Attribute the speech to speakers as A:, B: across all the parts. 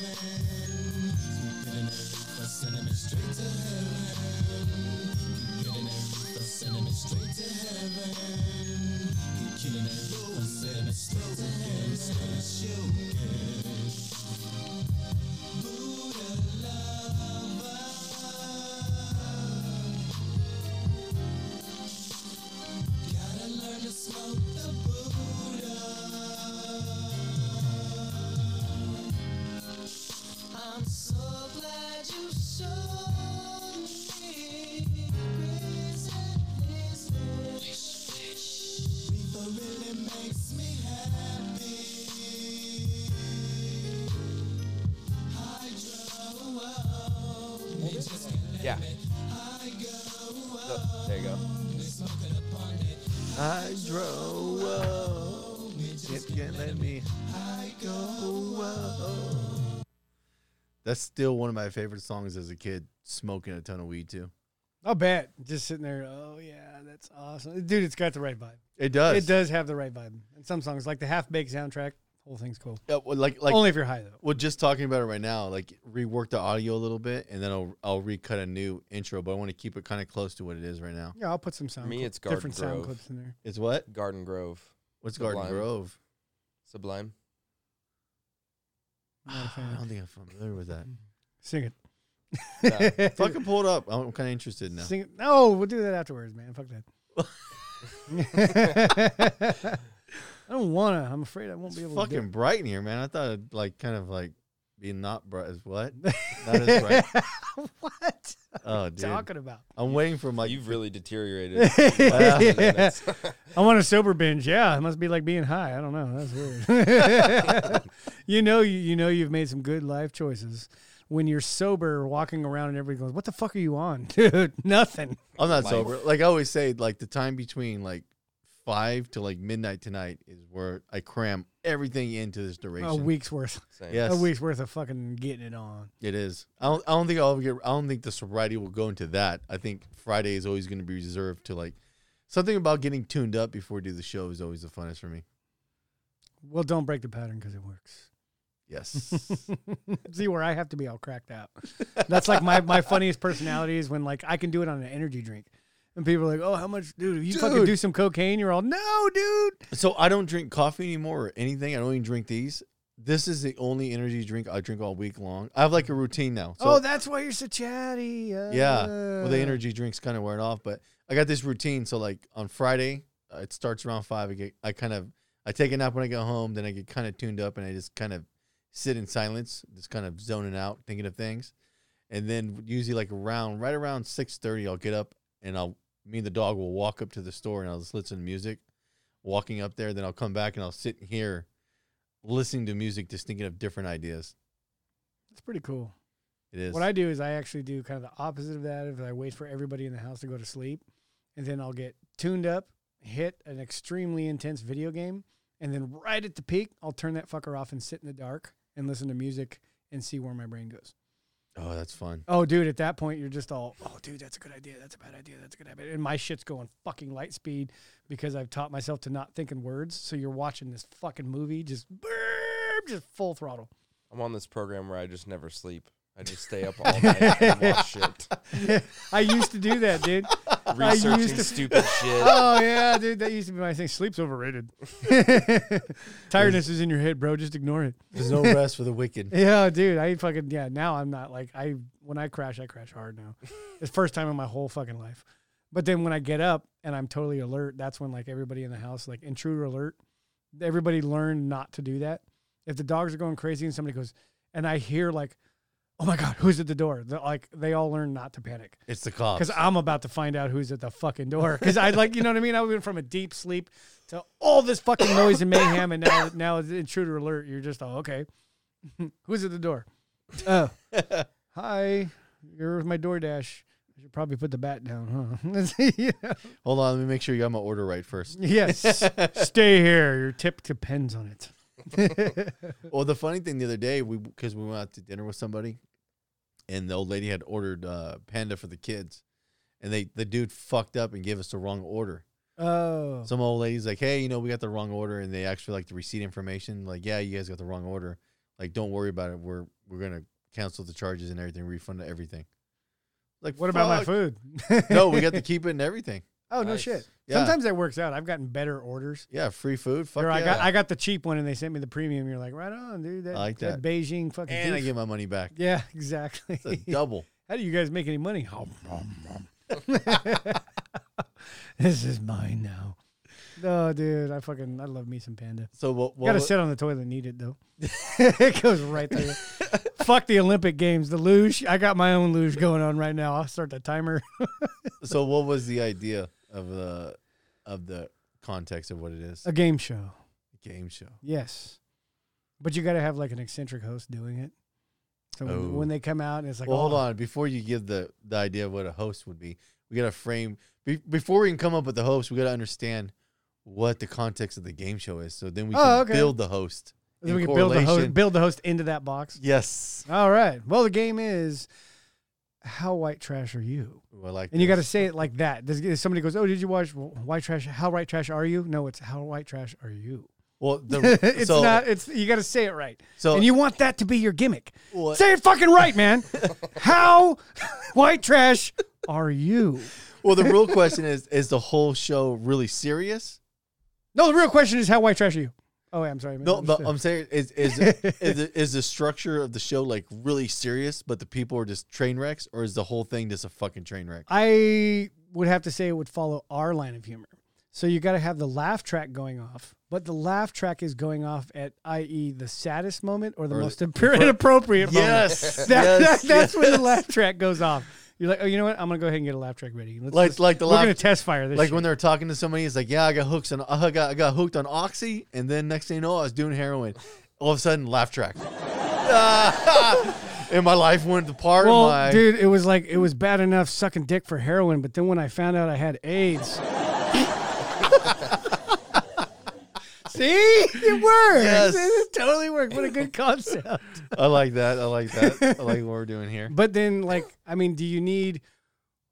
A: heaven. Keep getting it, but sending me straight to heaven. Keep getting it, but sending me straight to heaven. Keep killing it, but sending me straight to heaven. Smoking. Buddha lover. Gotta learn to smoke the Buddha. I'm so glad you showed me grace and business. Reefer really makes me happy. Hydro, oh, they just can't let
B: Yeah.
A: me. I go,
B: Look, there you go.
A: oh, they smoke it upon it.
B: I drove. oh, It can't let me
A: I go, oh.
B: go.
C: That's still one of my favorite songs as a kid, smoking a ton of weed too.
D: I'll bet. Just sitting there. Oh yeah, that's awesome, dude. It's got the right vibe.
C: It does.
D: It does have the right vibe. And some songs, like the half baked soundtrack, whole thing's cool.
C: Yeah, well, like like
D: Only if you're high though.
C: well, just talking about it right now, like rework the audio a little bit and then I'll I'll recut a new intro, but I want to keep it kind of close to what it is right now.
D: Yeah, I'll put some sound.
B: Me,
D: clip-
B: it's Garden
D: different sound
B: Grove.
D: clips in there.
C: It's what?
B: Garden Grove.
C: What's
B: Sublime.
C: Garden Grove?
B: Sublime.
D: I'm not a
C: I
D: fan.
C: don't think I'm familiar with that.
D: Sing it.
B: Yeah.
C: Fucking pull it up. I'm kind of interested now.
D: Sing it. No, we'll do that afterwards, man. Fuck that. I don't wanna. I'm afraid I won't
C: It's
D: be able
C: fucking
D: to.
C: bright in here, man. I thought it'd like kind of like be not bright as what? Not
D: do
C: as bright.
D: it. what?
C: Oh, dude.
D: Talking about?
C: I'm waiting for my.
B: You've really deteriorated.
D: Yeah.
B: minutes.
D: I want a sober binge. Yeah, it must be like being high. I don't know. That's weird. you know, you, you know, you've made some good life choices when you're sober, walking around and everybody goes, "What the fuck are you on, dude? Nothing."
C: I'm not
B: Mike.
C: sober. Like I always say, like the time between like five to like midnight tonight is where I cram everything into this duration.
D: A week's worth.
B: Same.
C: Yes,
D: A week's worth of fucking getting it on.
C: it is. I don't. I don't think I'll ever get. I don't think the sobriety will go into that. I think Friday is always going to be reserved to like something about getting tuned up before we do the show is always the funnest for me.
D: Well, don't break the pattern because it works.
C: Yes.
D: See where I have to be all cracked out. That's like my my funniest personality is when like I can do it on an energy drink. And people are like, oh, how much, dude? If you fucking
C: Dude.
D: do some cocaine, you're all, no, dude.
C: so I don't drink coffee anymore or anything. I don't even drink these. This is the only energy drink I drink all week long. I have like a routine now. So
D: oh, that's why you're so chatty. Uh,
C: Yeah. well, the energy drinks kind of wearing off, but I got this routine. So like on Friday, uh, it starts around five. I get, I kind of, I take a nap when I go home. Then I get kind of tuned up and I just kind of sit in silence, just kind of zoning out, thinking of things. And then usually like around, right around six thirty, I'll get up and I'll, me and the dog will walk up to the store and I'll just listen to music. Walking up there, then I'll come back and I'll sit here, listening to music, just thinking of different ideas.
D: It's pretty cool.
C: It is.
D: What I do is I actually do kind of the opposite of that. If I wait for everybody in the house to go to sleep, and then I'll get tuned up, hit an extremely intense video game, and then right at the peak, I'll turn that fucker off and sit in the dark and listen to music and see where my brain goes.
C: oh, that's fun.
D: Oh, dude, at that point, you're just all, oh, dude, that's a good idea. That's a bad idea. That's a good idea. And my shit's going fucking light speed because I've taught myself to not think in words. So you're watching this fucking movie just, burp, just full throttle.
B: I'm on this program where I just never sleep. I just stay up all night and watch shit,
D: I used to do that, dude.
B: researching
D: used to-
B: stupid shit.
D: Oh, yeah, dude. That used to be my thing. Sleep's overrated. Tiredness is in your head, bro. Just ignore it.
C: There's no rest for the wicked.
D: Yeah, dude. I fucking, yeah, now I'm not like, I, when I crash, I crash hard now. It's first time in my whole fucking life. But then when I get up and I'm totally alert, that's when like everybody in the house, like intruder alert, everybody learned not to do that. If the dogs are going crazy and somebody goes, and I hear like, oh my God, who's at the door? They're like they all learn not to panic
C: It's the cops.
D: because I'm about to find out who's at the fucking door. Because I like, you know what I mean? I went from a deep sleep to all this fucking noise and mayhem, and now now it's intruder alert. You're just all okay. who's at the door? Oh, hi. You're with my DoorDash. I should probably put the bat down, huh? You know?
C: Hold on, let me make sure you got my order right first.
D: Yes. Stay here. Your tip depends on it.
C: Well, the funny thing the other day, we because we went out to dinner with somebody, and the old lady had ordered uh, panda for the kids, and they the dude fucked up and gave us the wrong order.
D: Oh.
C: Some old lady's like, "Hey, you know, we got the wrong order," and they actually like the receipt information. Like, yeah, you guys got the wrong order. Like, don't worry about it. We're we're gonna cancel the charges and everything, refund everything. Like,
D: What about my
C: fuck.
D: food?
C: no, we got to keep it and everything.
D: oh no
B: Nice.
D: shit.
C: Yeah.
D: Sometimes that works out. I've gotten better orders.
C: Yeah, free food. Fuck
D: Or I
C: yeah.
D: got I got the cheap one and they sent me the premium. You're like, right on, dude. That,
C: I like
D: that Beijing fucking.
C: and I
D: beef."
C: get my money back.
D: yeah, exactly.
C: It's a double.
D: How do you guys make any money? this is mine now. No, dude, I fucking I love me some panda.
C: So what? what
D: Gotta sit on the toilet and eat it though. it goes right through. Fuck the Olympic Games, the luge. I got my own luge going on right now. I'll start the timer.
C: so what was the idea of the of the context of what it is?
D: A game show,
C: game show.
D: yes, but you gotta have like an eccentric host doing it. So when,
C: Oh.
D: when they come out, and it's like,
C: well, hold
D: "Oh,
C: on. Before you give the the idea of what a host would be, we gotta frame be, before we can come up with the host. We gotta understand what the context of the game show is. So then we
D: Oh,
C: can
D: okay.
C: build the host.
D: Then
C: in
D: we can build the host,
C: correlation.
D: build the host into that box.
C: Yes.
D: All right. Well, the game is how white trash are you?
C: Ooh, I like.
D: And you got to
C: this.
D: say it like that. There's, if somebody goes, "Oh, did you watch White Trash? How white trash are you?" No, it's how white trash are you.
C: well. The,
D: it's
C: so,
D: not. It's you got to say it right,
C: So
D: and you want that to be your gimmick.
C: what-
D: Say it fucking right, man. how white trash are you?
C: well, the real question is: Is the whole show really serious?
D: No, the real question is how white trash are you? Oh, I'm sorry.
C: No, but um,
D: misunderstood.
C: I'm saying is is is, the, is the structure of the show like really serious, but the people are just train wrecks, or is the whole thing just a fucking train wreck?
D: I would have to say it would follow our line of humor. So you got to have the laugh track going off, but the laugh track is going off at, i.e., the saddest moment or the
C: Or
D: most appar- inappropriate moment.
C: yes,
D: That, that- that's when the
C: yes.
D: laugh track goes off. You're like, oh, you know what? I'm gonna go ahead and get a laugh track ready. Let's,
C: Like
D: let's-
C: like the
D: we're gonna
C: laugh,
D: test fire this.
C: like
D: shit.
C: when they're talking to somebody, it's like, yeah, I got hooks on, I got I got hooked on oxy, and then next thing you know, I was doing heroin. All of a sudden, laugh track. and my life went to part.
D: well,
C: my
D: dude, it was like it was bad enough sucking dick for heroin, but then when I found out I had AIDS. See, it works.
C: Yes.
D: It totally worked. What a good concept.
C: I like that. I like that. I like what we're doing here.
D: But then, like, I mean, do you need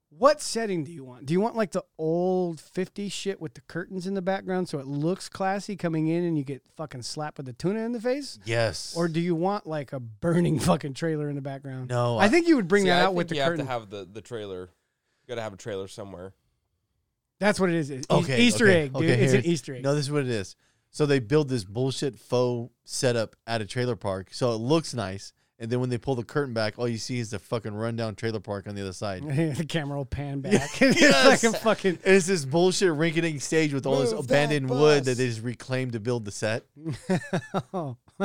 D: what setting do you want? Do you want like the old 50 shit with the curtains in the background so it looks classy coming in and you get fucking slapped with a tuna in the face?
C: Yes.
D: Or do you want like a burning fucking trailer in the background?
C: no?
D: I think you would bring
B: See,
D: that
B: I
D: out with
B: think you
D: the curtain.
B: have to have the, the trailer. You gotta have a trailer somewhere.
D: That's what it is. It's e-
C: Okay,
D: Easter
C: okay,
D: egg, dude.
C: okay,
D: it's an
C: here.
D: Easter egg.
C: No, this is what it is. So they build this bullshit faux setup at a trailer park, so it looks nice. And then when they pull the curtain back, all you see is the fucking rundown trailer park on the other side. And
D: the camera will pan
C: Yes.
D: back. it's like a fucking
C: It's this bullshit rinketing stage with all this
B: Move that
C: abandoned wood that
B: bus.
C: they just reclaimed to build the set.
D: oh.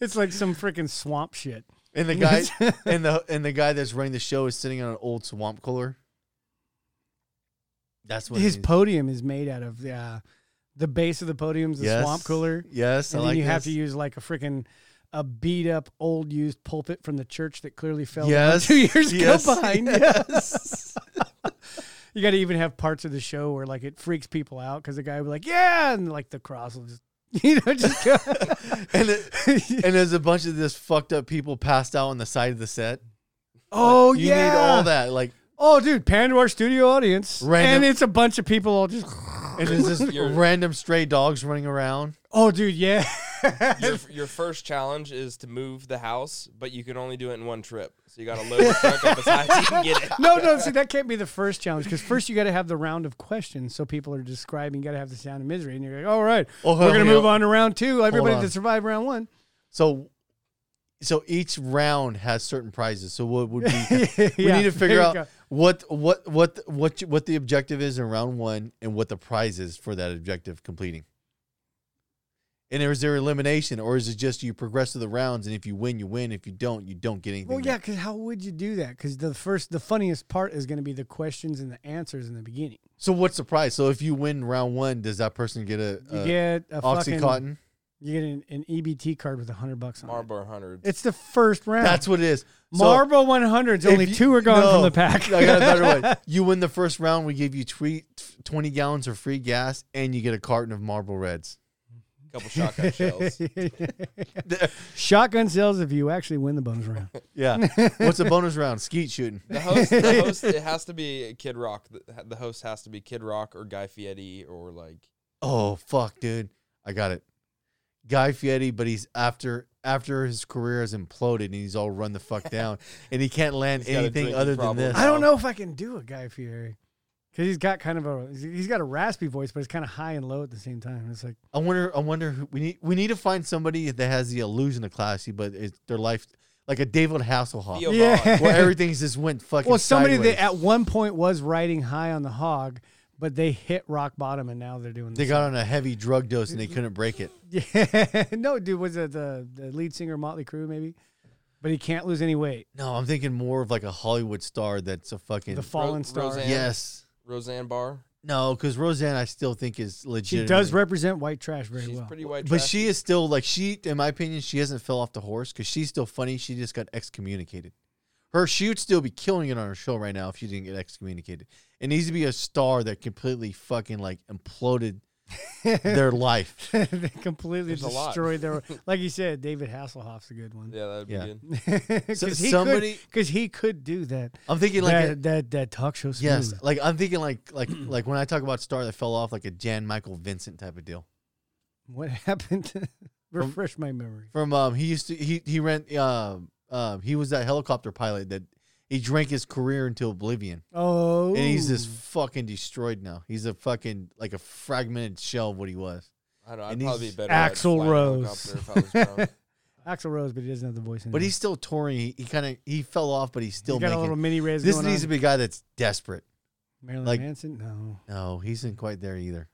D: it's like some freaking swamp shit.
C: And the guy and the and the guy that's running the show is sitting on an old swamp cooler. That's what it
D: his
C: is.
D: podium is made out of the uh, the base of the podium's the
C: Yes.
D: swamp cooler,
C: Yes,
D: and
C: I
D: then
C: like
D: you have to
C: this.
D: use like a freaking a beat up old used pulpit from the church that clearly fell over
C: Yes,
D: two years
C: yes,
D: ago behind.
C: yes.
D: You got to even have parts of the show where like it freaks people out because the guy will be like, "Yeah," and like the cross will just you know just go.
C: and it, and there's a bunch of this fucked up people passed out on the side of the set.
D: oh
C: you
D: yeah,
C: need all that. Like,
D: Oh dude, pan to our studio audience,
C: Random-
D: and it's a bunch of people all just.
C: and there's just
B: You're-
C: random stray dogs running around.
D: Oh dude, yeah.
B: Your, your first challenge is to move the house, but you can only do it in one trip. So you gotta load the truck up as high as you can get it.
D: no, no, see, that can't be the first challenge because first you got to have the round of questions. So people are describing, you got to have the sound of misery. And you're like, all right,
C: Oh,
D: we're going
C: hell
D: to move
C: yeah.
D: on to round two. Everybody
C: on.
D: that survived round one.
C: So, so each round has certain prizes. So what would be? We
D: Yeah,
C: need to
D: there you
C: figure
D: go.
C: out what what what what you- what the objective is in round one and what the prize is for that objective completing. And is there elimination, or is it just you progress through the rounds, and if you win, you win. If you don't, you don't get anything.
D: Well, yeah, because how would you do that? Because the first, the funniest part is going to be the questions and the answers in the beginning.
C: So what's the prize? So if you win round one, does that person get a,
D: You
C: a
D: get a fucking,
C: Uh, oxycontin?
D: you get an, an EBT card with a hundred bucks on
B: Marlboro Hundred.
D: it. It's the first round.
C: That's what it is. So-
D: Marlboro 100s. Only
C: If you-
D: two are gone
C: no,
D: from the pack.
C: I got a better one. You win the first round, we give you twe- 20 gallons of free gas, and you get a carton of Marble Reds.
B: couple shotgun shells.
D: Shotgun sales if you actually win the bonus round.
C: Yeah. What's the bonus round? Skeet shooting.
B: The host, the host, it has to be Kid Rock. The, the host has to be Kid Rock or Guy Fieri or like
C: Oh, fuck, dude. I got it. Guy Fieri, but he's after after his career has imploded and he's all run the fuck down and he can't land
B: He's got a
C: anything
B: drinking
C: other than
B: problem.
C: this.
D: I don't know if I can do a Guy Fieri because he's got kind of a he's got a raspy voice, but it's kind of high and low at the same time. It's like
C: I wonder. I wonder. Who, we need. We need to find somebody that has the illusion of classy, but it's their life like a David Hasselhoff,
B: Theo
D: Yeah.
B: Vaughn.
C: where everything's just went fucking.
D: well, somebody
C: sideways.
D: that at one point was riding high on the hog, but they hit rock bottom and now they're doing.
C: they
D: This
C: got on a heavy drug dose and they couldn't break it.
D: yeah, no, dude, was it the the lead singer of Motley Crue maybe? But he can't lose any weight.
C: No, I'm thinking more of like a Hollywood star that's a fucking.
D: The fallen star.
B: Roseanne.
C: yes.
B: Roseanne Barr.
C: No, because Roseanne, I still think is legit.
D: She does represent white trash very
B: She's
D: well.
B: pretty white.
C: But
B: trash.
C: she is still like she, in my opinion, she hasn't fell off the horse because she's still funny. She just got excommunicated. Her she would still be killing it on her show right now if she didn't get excommunicated. It needs to be a star that completely fucking like imploded their life.
D: they completely
B: There's a lot.
D: destroyed their. Like you said, David Hasselhoff's a good one.
B: Yeah, that'd be
C: Yeah.
B: good.
D: Because
C: So
D: he
C: somebody-
D: could, because he could do that.
C: I'm thinking like
D: that,
C: a-
D: that that talk show. Smooth.
C: yes, like I'm thinking like like like when I talk about star that fell off, like a Jan Michael Vincent type of deal.
D: What happened? Refresh my memory.
C: From um, he used to he he rent um um he was that helicopter pilot that he drank his career into oblivion.
D: Oh,
C: And he's just fucking destroyed now. He's a fucking like a fragmented shell of what he was.
B: I don't know. I'd
C: And
B: probably
C: he's
B: be better. at
D: Axl
B: flying a helicopter If I was drunk.
D: Axel Rose, but he doesn't have the voice. Anymore.
C: But he's still touring. He, he kind of he fell off, but he's
D: Hmm. He's
C: still
D: got
C: making.
D: a little mini Riz.
C: this
D: going
C: needs
D: on.
C: to be a guy that's desperate.
D: Marilyn
C: like-
D: Manson. No,
C: No, he's not quite there either.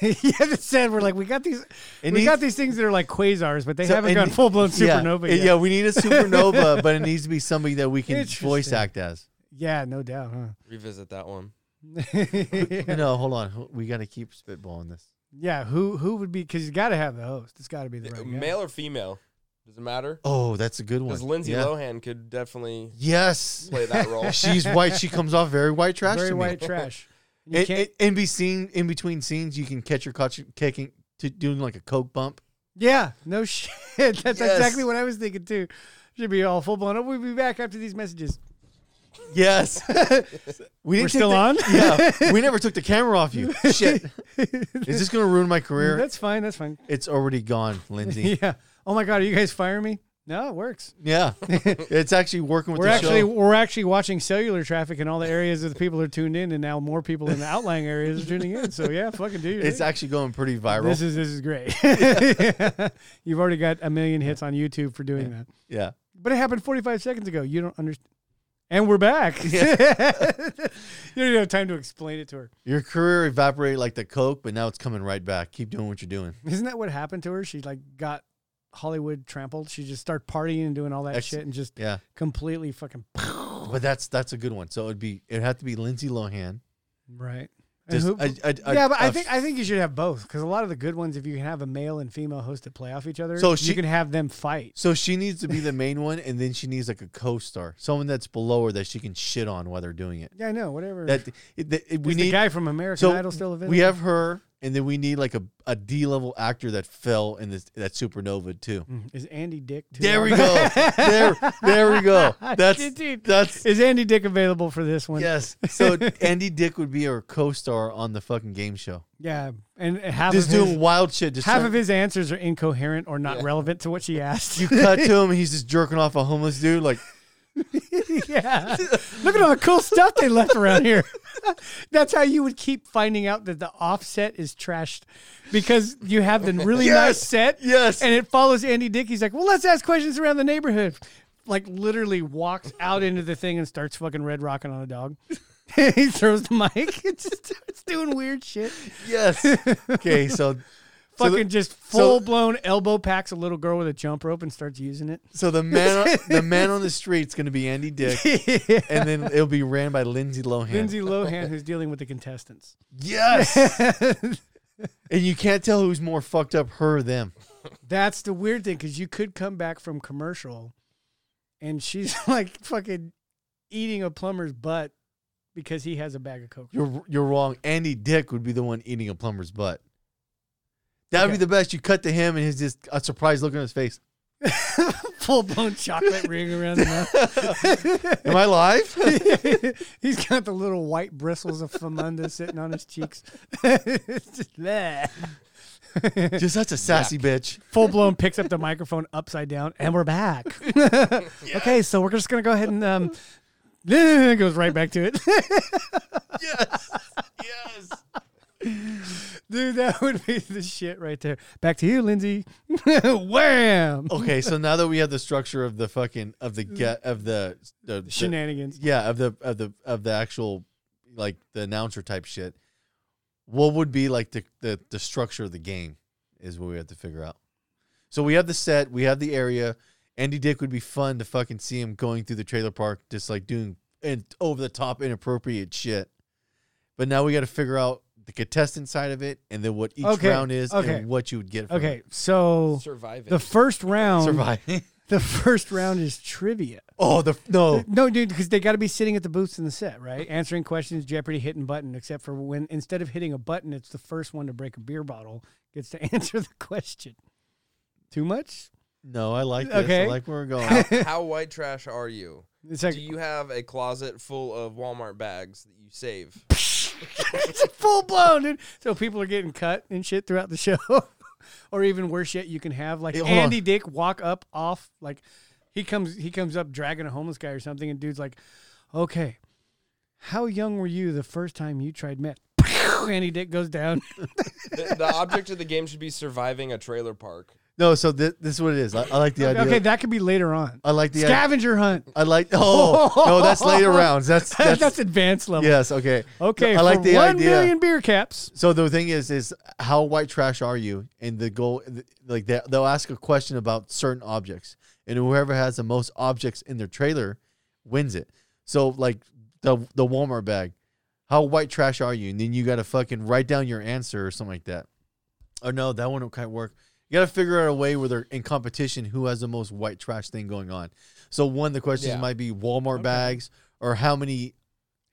D: yeah, that's sad. We're like, we got these,
C: It
D: we
C: needs-
D: got these things that are like quasars, but they
C: so-
D: haven't
C: and-
D: gone full blown
C: yeah,
D: supernova
C: and
D: yet.
C: Yeah, we need a supernova, but it needs to be somebody that we can voice
D: Interesting.
C: act as.
D: Yeah, no doubt,
B: Revisit that one.
D: huh? yeah.
C: No, hold on. We got to keep spitballing this.
D: who who would be? Because you got to have the host. It's got to be the right guy.
B: Uh, Male or female? Does it matter?
C: Oh, that's a good one.
B: Because Lindsay
C: Yeah.
B: Lohan could definitely
C: Yes,
B: play that role.
C: she's white. She comes off very white trash.
D: very
C: to me.
D: white trash. You
C: And,
D: can't,
C: and, and be seen in between scenes, you can catch her catch, kicking to doing like a coke bump.
D: yeah, no shit.
C: Yes.
D: That's exactly what I was thinking too. Should be all full blown up. We'll be back after these messages.
C: Yes, we
D: We're
C: didn't take
D: still
C: the-
D: on.
C: yeah, we never took the camera off you. Shit, is this gonna ruin my career?
D: that's fine. That's fine.
C: it's already gone, Lindsay.
D: Yeah. Oh my god, are you guys firing me? No, it works.
C: yeah, it's actually working with
D: We're
C: the
D: actually
C: show.
D: we're actually watching cellular traffic in all the areas that the people are tuned in, and now more people in the outlying areas are tuning in. So yeah, fucking do. your
C: It's
D: thing.
C: actually going pretty viral.
D: this is this is great. You've already got a million hits on YouTube for doing that.
C: yeah,
D: But it happened 45 seconds ago. You don't understand. And we're back. you don't even have time to explain it to her.
C: your career evaporated like the coke, but now it's coming right back. Keep doing what you're doing.
D: Isn't that what happened to her? She like got Hollywood trampled. She just started partying and doing all that
C: Ex-
D: shit and just
C: Yeah,
D: completely fucking
C: but that's that's a good one. So it'd be it'd have to be Lindsay Lohan.
D: right. And
C: Just
D: who-
C: a- a- a-
D: yeah, but I
C: a
D: think I think you should have both because a lot of the good ones, if you can have a male and female host that play off each other,
C: So
D: you
C: she-
D: can have them fight.
C: So she needs to be the main one, and then she needs like a co-star, someone that's below her that she can shit on while they're doing it.
D: Yeah, I know. Whatever.
C: That it- that- it- we
D: Is the
C: need.
D: guy from American
C: so
D: Idol still available.
C: we have her, and then we need like a, a D level actor that fell in this that supernova too.
D: Mm-hmm. is Andy Dick. Too
C: There
D: on
C: we
D: that?
C: go. there, there we go. That's
D: Indeed.
C: that's
D: Is Andy Dick available for this one?
C: yes. So Andy Dick would be our co-star on the fucking game show,
D: Yeah, and half
C: just
D: of his,
C: doing wild shit. Just
D: half
C: trying-
D: of his answers are incoherent or not
B: Yeah.
D: relevant to what she asked.
C: You cut to him, and he's just jerking off a homeless dude. Like,
D: yeah, look at all the cool stuff they left around here. That's how you would keep finding out that the offset is trashed because you have the really
C: Yes.
D: nice set,
C: Yes.
D: and it follows Andy Dick. He's like, "Well, let's ask questions around the neighborhood." Like literally walks out into the thing and starts fucking red rocking on a dog. he throws the mic. It just starts doing weird shit.
C: yes. Okay, so So the-
D: fucking just
C: so-
D: full blown elbow packs a little girl with a jump rope and starts using it.
C: So the man, on, the man on the street's gonna be Andy Dick, and then it'll be ran by Lindsay Lohan.
D: Lindsay Lohan, who's dealing with the contestants.
C: yes. and you can't tell who's more fucked up, her or them.
D: That's the weird thing because you could come back from commercial and she's like fucking eating a plumber's butt because he has a bag of Coke.
C: You're you're wrong. Andy Dick would be the one eating a plumber's butt. That would
D: Okay.
C: be the best. You cut to him, and he's just a surprised look on his face.
D: Full blown chocolate ring around the mouth.
C: Am I live?
D: He's got the little white bristles of Famunda sitting on his cheeks. It's just bleh.
C: Just that's a sassy bitch.
D: Full blown picks up the microphone upside down, and we're back. Okay, so we're just gonna go ahead and um, goes right back to it,
C: Yes. yes.
D: dude. That would be the shit right there. Back to you, Lindsay. Wham!
C: Okay, so now that we have the structure of the fucking of the get of the, the, the
D: Mm. Shenanigans.
C: yeah of the of the of the actual like the announcer type shit, what would be like the the, the structure of the game is what we have to figure out. So we have the set, we have the area. Andy Dick would be fun to fucking see him going through the trailer park, just like doing and over the top inappropriate shit. But now we got to figure out the contestant side of it, and then what each
D: Okay,
C: round is,
D: okay.
C: and what you would get. From
D: Okay, um, so
B: Surviving.
D: the first
C: it.
D: round,
C: surviving.
D: the first round is trivia.
C: Oh, the no.
D: No, dude, because they got to be sitting at the booths in the set, right? Answering questions, Jeopardy, hitting button. Except for when instead of hitting a button, it's the first one to break a beer bottle gets to answer the question. Too much?
C: No, I like this.
D: Okay.
C: I like where we're going.
B: how, how white trash are you?
D: It's like
B: Do you have a closet full of Walmart bags that you save?
D: it's full blown, dude. So people are getting cut and shit throughout the show, or even worse yet, you can have like
C: Hey, hold
D: Andy Dick walk up off like he comes he comes up dragging a homeless guy or something, and dude's like, "Okay, how young were you the first time you tried meth?" Andy Dick goes down.
B: the, the object of the game should be surviving a trailer park.
C: no, so thi- this is what it Uh, is. I, I like the idea.
D: Okay, that could be later on.
C: I like the idea.
D: Scavenger hunt.
C: I like. Oh no, that's later rounds. That's
D: That's,
C: that's,
D: advanced level.
C: yes. Okay.
D: Okay.
C: I like
D: for
C: the
D: one
C: idea.
D: million beer caps.
C: So the thing is, is how white trash are you? And the goal, like they, they'll ask a question about certain objects, and whoever has the most objects in their trailer wins it. So like the the Walmart bag, how white trash are you? And then you got to fucking write down your answer or something like that. Oh no, that one can't work. You got to figure out a way where they're in competition who has the most white trash thing going on. So one, the questions
B: Yeah.
C: might be Walmart bags or how many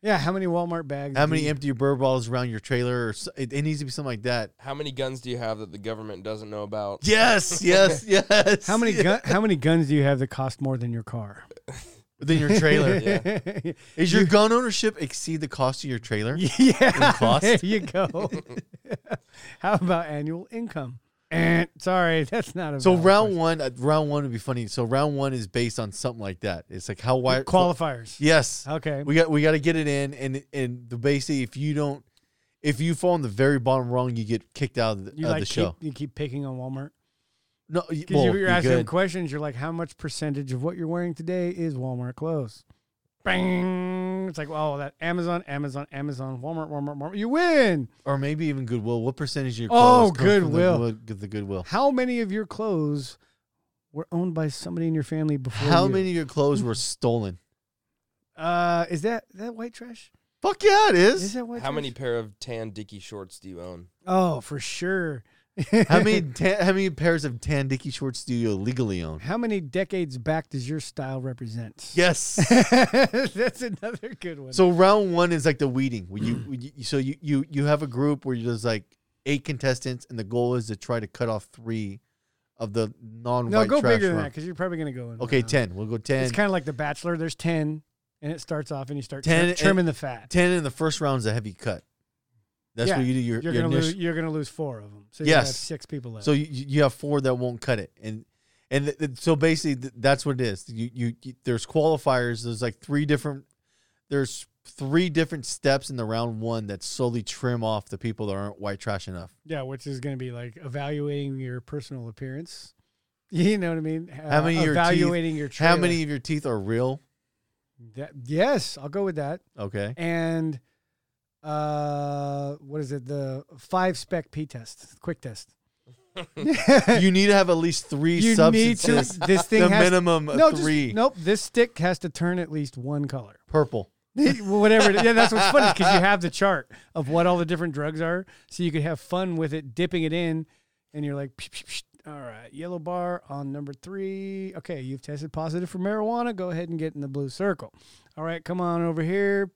D: Yeah. How many Walmart bags?
C: how
D: do
C: many
D: you-
C: empty beer bottles around your trailer? Or s- it, it needs to be something like that.
B: How many guns do you have that the government doesn't know about?
C: Yes, yes, yes.
D: How many gun, How many guns do you have that cost more than your car?
C: Within your trailer.
D: Yeah.
C: Is your gun ownership exceed the cost of your trailer? cost?
D: There you go. how about annual income? And sorry, that's not a.
C: So
D: valid
C: round one, uh, round one would be funny. So round one is based on something like that. It's like how
D: question.
C: wide
D: qualifiers.
C: Yes,
D: Okay.
C: we got we got to get it in, and and the basically if you don't, if you fall in the very bottom wrong, you get kicked out of uh, the,
D: You
C: of
D: like
C: the
D: keep,
C: show.
D: you keep picking on Walmart
C: No, y-
D: because
C: well,
D: you're,
C: you
D: asking
C: could.
D: questions. You're like, how much percentage of what you're wearing today is Walmart clothes? Bang! It's like, oh, that Amazon, Amazon, Amazon, Walmart, Walmart, Walmart. You win.
C: or maybe even Goodwill. What percentage of your
D: Oh,
C: clothes come from
D: Goodwill.
C: The, Good- the Goodwill.
D: How many of your clothes were owned by somebody in your family before?
C: How
D: you?
C: many of your clothes were stolen?
D: Uh, is that is that white trash?
C: Fuck yeah, it is.
D: Is that white?
B: How
D: trash?
B: many pair of tan Dickie shorts do you own?
D: Oh, for sure.
C: How many tan, how many pairs of tan Dicky shorts do you legally own?
D: How many decades back does your style represent?
C: Yes.
D: that's another good one.
C: so round one is like the weeding. Where you, where you so you you you have a group where there's like eight contestants, and the goal is to try to cut off three of the non-white
D: no, go
C: trash
D: bigger than
C: round.
D: that because you're probably gonna go in.
C: Okay,
D: round.
C: ten. We'll go ten.
D: It's kind of like The Bachelor. There's ten, and it starts off, and you start
C: 10
D: trim- trimming the fat.
C: ten in the first round's a heavy cut. That's
D: Yeah,
C: where you do your,
D: You're
C: your
D: gonna
C: initial-
D: lose. You're gonna lose four of them. So you have
C: Yes.
D: six people left.
C: So you, you you have four that won't cut it, and and th- th- so basically th- that's what it is. You, you you there's qualifiers. There's like three different. There's three different steps in the round one that slowly trim off the people that aren't white trash enough.
D: yeah, which is gonna be like evaluating your personal appearance. You know what I mean? Uh,
C: How many of your teeth-
D: evaluating your,
C: How
D: trailer.
C: many of your teeth are real?
D: That, yes, I'll go with that.
C: Okay.
D: and uh what is it the five spec p test quick test
C: you need to have at least three
D: you need
C: substances.
D: to this thing
C: the
D: has
C: minimum of
D: no just-
C: three.
D: nope this stick has to turn at least one color
C: Purple.
D: whatever it is. yeah that's what's funny because you have the chart of what all the different drugs are so you could have fun with it dipping it in and you're like "Psh, psh, psh, all right yellow bar on number three okay you've tested positive for marijuana go ahead and get in the blue circle all right come on over here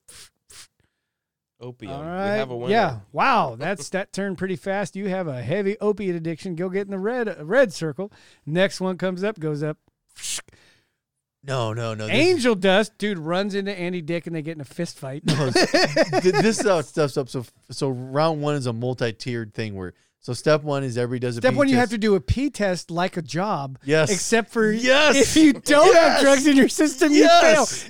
B: Opium.
D: All
B: We
D: right.
B: have a winner.
D: Yeah. Wow. That's that turned pretty fast. You have a heavy opiate addiction. Go get in the red uh, red circle. Next one comes up, goes up.
C: No, no, no. this-
D: Angel dust. Dude runs into Andy Dick and they get in a fist fight.
C: No, th- this is how it stuffs up. So, so round one is a multi-tiered thing where So step one is everybody does a
D: Step
C: pee
D: one, you have
C: test.
D: to do a pee test like a job.
C: Yes.
D: Except for
C: Yes.
D: if you don't
C: Yes.
D: have drugs in your system,
C: Yes.
D: you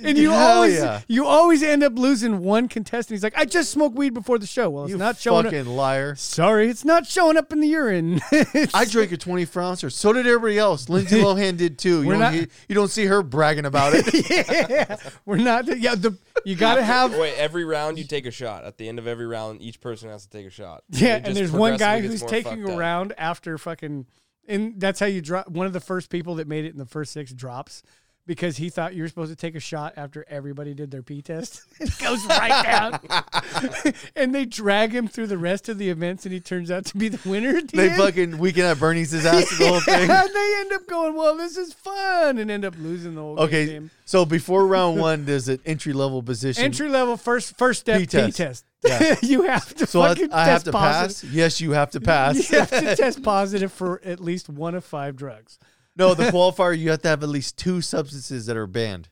D: fail, and you
C: Hell
D: always
C: yeah.
D: you always end up losing one contestant. He's like, I just smoked weed before the show. Well, it's
C: you
D: not showing.
C: fucking
D: up.
C: liar.
D: Sorry, it's not showing up in the urine.
C: I drank a 24 ouncer. So did everybody else. Lindsay Lohan did too. You
D: We're
C: don't,
D: not-
C: hear- you don't see her bragging about it.
D: yeah, we're not. Yeah, the you gotta have.
B: Wait, every round you take a shot. At the end of every round, each person has to take a shot.
D: Yeah,
B: It
D: and
B: just
D: there's one guy
B: progressively gets
D: who's
B: more
D: taking
B: fucked
D: a
B: up.
D: round after fucking, and that's how you drop. One of the first people that made it in the first six drops because he thought you were supposed to take a shot after everybody did their pee test. it goes right down, and they drag him through the rest of the events, and he turns out to be the winner. At the
C: They
D: end.
C: fucking weekend at Bernie's his ass the whole thing.
D: Yeah, they end up going, well, this is fun, and end up losing the whole
C: Okay,
D: game.
C: so before round one, there's an entry level position.
D: Entry level first first step
C: Pee
D: pee
C: test.
D: test. you have to
C: so I,
D: fucking
C: I have
D: test
C: to
D: positive.
C: pass. Yes, you have to pass.
D: You have to test positive for at least one of five drugs.
C: no, the qualifier, you have to have at least two substances that are banned.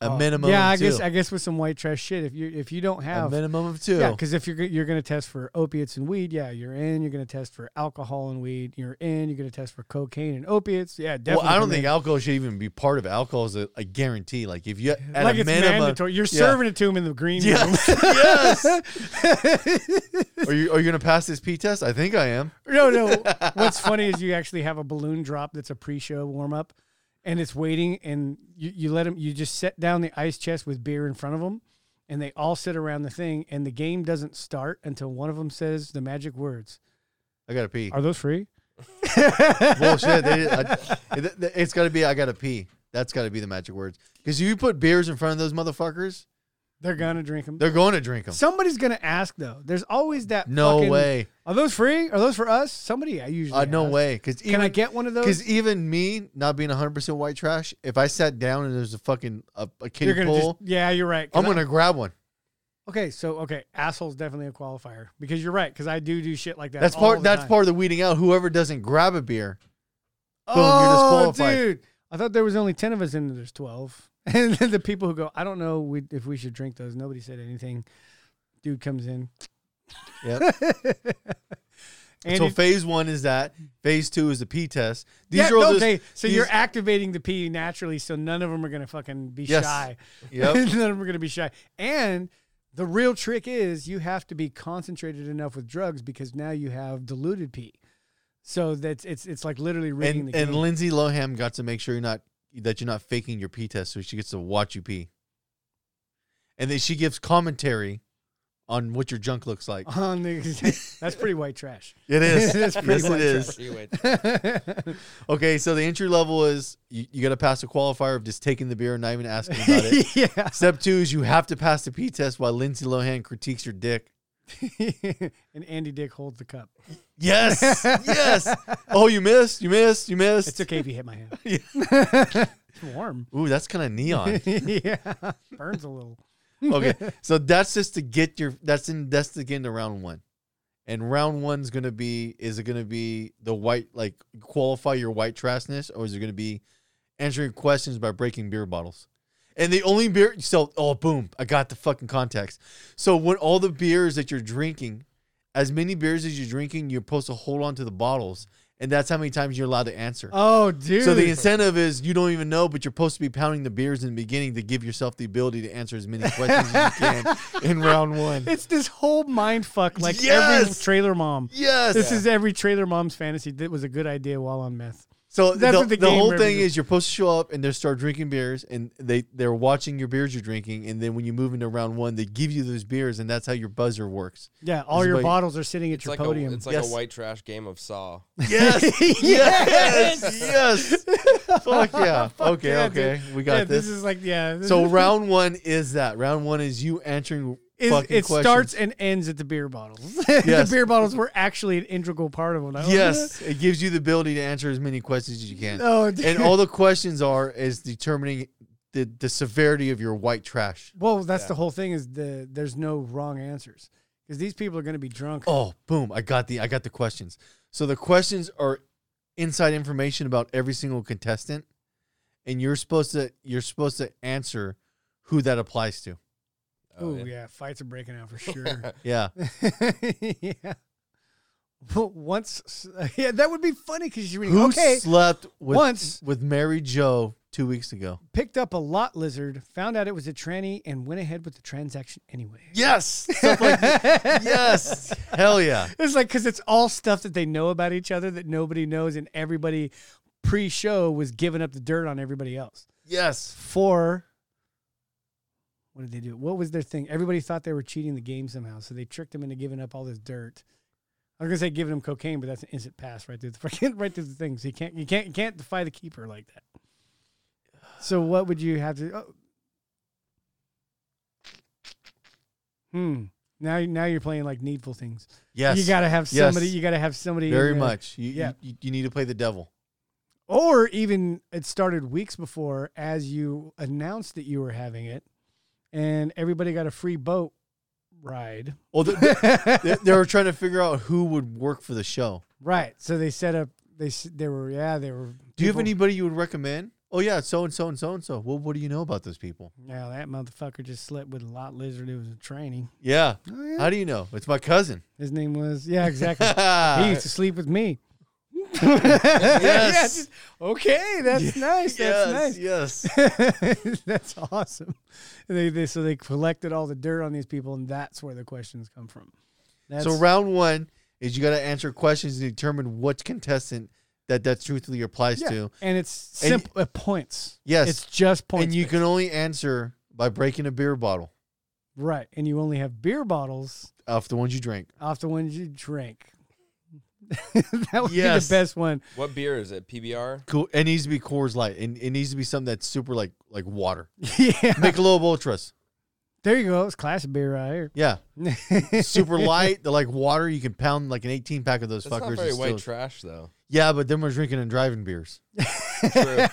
C: A
D: Oh,
C: minimum.
D: Yeah,
C: of
D: I
C: two.
D: guess I guess with some white trash shit, if you if you don't
C: a
D: have,
C: minimum of two.
D: yeah, because if you're go- you're gonna test for opiates and weed, yeah, you're in. You're gonna test for alcohol and weed. You're in. You're gonna test for cocaine and opiates. Yeah,
C: well,
D: definitely.
C: I don't
D: come
C: think
D: in.
C: alcohol should even be part of it. Alcohol is a, a guarantee. Like if you at
D: like
C: a
D: it's
C: minimum,
D: mandatory. You're
C: yeah.
D: serving it to him in the green room.
C: Yes. yes. are you are you gonna pass this P test? I think I am.
D: No, no. What's funny is you actually have a balloon drop that's a pre-show warm-up, and it's waiting, and you, you let them. You just set down the ice chest with beer in front of them, and they all sit around the thing, and the game doesn't start until one of them says the magic words.
C: I gotta pee.
D: Are those free?
C: Bullshit. They, I, it, it's gotta be. I gotta pee. That's gotta be the magic words. Because you put beers in front of those motherfuckers,
D: They're gonna drink them.
C: they're going to drink them.
D: Somebody's gonna ask though. There's always that.
C: No
D: fucking,
C: way.
D: Are those free? Are those for us? Somebody I usually.
C: Uh, no
D: ask.
C: way. Because
D: Can I get one of those?
C: Because even me, not being 100% white trash, if I sat down and there's a fucking a, a kiddie
D: You're gonna
C: pool,
D: just. Yeah, you're right. 'Cause
C: I'm gonna grab one.
D: Okay, so okay, asshole's definitely a qualifier because you're right. Because I do do shit like that.
C: That's
D: all
C: part.
D: the
C: That's
D: time.
C: part of the weeding out. Whoever doesn't grab a beer,
D: Oh,
C: Boom, you're disqualified.
D: dude! I thought there was only ten of us, and there's twelve. And then the people who go, I don't know we, if we should drink those. Nobody said anything. Dude comes in.
C: Yep.
D: And
C: so phase one is that. Phase two is the pee test. These
D: yeah,
C: are all just-
D: okay. so you're
C: these-
D: activating the pee naturally, so none of them are gonna fucking be
C: Yes.
D: shy.
C: Yep.
D: none of them are gonna be shy. And the real trick is you have to be concentrated enough with drugs because now you have diluted pee. So that's it's it's like literally reading
C: and
D: the
C: and
D: game.
C: Lindsay Lohan got to make sure you're not that you're not faking your pee test, so she gets to watch you pee. And then she gives commentary on what your junk looks like.
D: on the that's pretty white trash.
C: It is.
D: That's pretty
C: yes, it
D: much
C: is.
B: Anyway,
C: Okay, so the entry level is you, you got to pass a qualifier of just taking the beer and not even asking about it.
D: yeah.
C: Step two is you have to pass the pee test while Lindsay Lohan critiques your dick.
D: and Andy Dick holds the cup.
C: Yes, yes. Oh, you missed, you missed, you missed.
D: It's okay if you hit my hand.
C: Yeah.
D: It's warm.
C: Ooh, that's kind of neon.
D: yeah. Burns a little.
C: Okay, so that's just to get your that's in that's to get into round one, and round one's gonna be is it gonna be the white like qualify your white trashness or is it gonna be answering questions by breaking beer bottles? And the only beer, so oh boom, I got the fucking context. So when all the beers that you're drinking, as many beers as you're drinking, you're supposed to hold on to the bottles, and that's how many times you're allowed to answer.
D: Oh, dude.
C: So the incentive is you don't even know, but you're supposed to be pounding the beers in the beginning to give yourself the ability to answer as many questions as you can in round one.
D: it's this whole mind fuck like every
C: Yes!
D: trailer mom.
C: Yes.
D: This is every trailer mom's fantasy. That was a good idea while on meth.
C: so
D: that's
C: the,
D: what the
C: the
D: game
C: whole thing
D: represents.
C: is you're supposed to show up and they start drinking beers and they they're watching your beers you're drinking and then when you move into round one they give you those beers and that's how your buzzer works.
D: Yeah, all
C: This is
D: your
C: like-
D: bottles are sitting at
B: it's
D: your
B: like
D: podium.
B: a it's like
C: Yes.
B: a white trash game of Saw.
C: Yes. yes. Yes. Fuck yeah. okay.
D: yeah,
C: okay.
D: dude.
C: We got
D: Yeah,
C: this.
D: is like yeah. this
C: so
D: is-
C: round one is that. Round one is you answering
D: is-
C: fucking
D: it
C: questions.
D: starts and ends at the beer bottles.
C: Yes.
D: the beer bottles were actually an integral part of it.
C: Yes, it gives you the ability to answer as many questions as you can.
D: Oh, dude.
C: And all the questions are is determining the, the severity of your white trash.
D: Well, that's the whole thing is the there's no wrong answers because these people are going to be drunk.
C: Oh, boom, I got the I got the questions. So the questions are inside information about every single contestant and you're supposed to you're supposed to answer who that applies to.
B: Oh,
D: Ooh,
B: yeah.
D: yeah. fights are breaking out for sure.
C: Yeah.
D: yeah. once, yeah, that would be funny because you're reading.
C: Who
D: okay,
C: slept with,
D: once-
C: with Mary Joe two weeks ago?
D: picked up a lot lizard, found out it was a tranny, and went ahead with the transaction anyway.
C: Yes. Stuff like yes. Hell yeah.
D: It's like because it's all stuff that they know about each other that nobody knows, and everybody pre-show was giving up the dirt on everybody else
C: Yes.
D: for. What did they do? What was their thing? Everybody thought they were cheating the game somehow, so they tricked them into giving up all this dirt. I was gonna say giving them cocaine, but that's an instant pass right through the fucking right through the thing. So you can't you can't you can't defy the keeper like that. So what would you have to? Oh. Hmm. Now you- now you're playing like needful things.
C: Yes.
D: You gotta have
C: Yes.
D: somebody. You gotta have somebody. in
C: very
D: the-
C: much. You,
D: yeah.
C: you you need to play the devil.
D: Or even it started weeks before, as you announced that you were having it, and everybody got a free boat ride.
C: Well, th- th- they, they were trying to figure out who would work for the show.
D: right. So they set up. They s- they were yeah they were.
C: Do you have
D: people-
C: anybody you would recommend? Oh yeah, so and so and so and so. Well, what do you know about those people?
D: Now that motherfucker just slept with a lot lizard. It was a training.
C: Yeah.
D: Oh, yeah.
C: How do you know? It's my cousin.
D: His name was yeah exactly. he used
C: yes.
D: to sleep with me. Yeah,
C: Yes.
D: just- okay, that's nice. That's nice.
C: Yes.
D: that's awesome. And They, they so they collected all the dirt on these people, and that's where the questions come from. That's,
C: so round one is you got to answer questions and determine which contestant that that truthfully applies
D: Yeah.
C: to.
D: and it's
C: And-
D: simple uh, points.
C: Yes.
D: it's just points.
C: and you
D: based.
C: can only answer by breaking a beer bottle
D: right, and you only have beer bottles
C: off the ones you drink.
D: off the ones you drink. that would
C: Yes.
D: be the best one.
B: What beer is it? PBR?
C: Cool. It needs to be Coors Light. And it needs to be something that's super like like water.
D: yeah,
C: Michelob Ultras.
D: there you go. It's classic beer right here.
C: Yeah. Super light. They're like water. You can pound like an 18 pack of those
B: That's
C: fuckers.
B: not very
C: and
B: white
C: still-
B: trash, though.
C: yeah, but then we're drinking and driving beers.
B: True.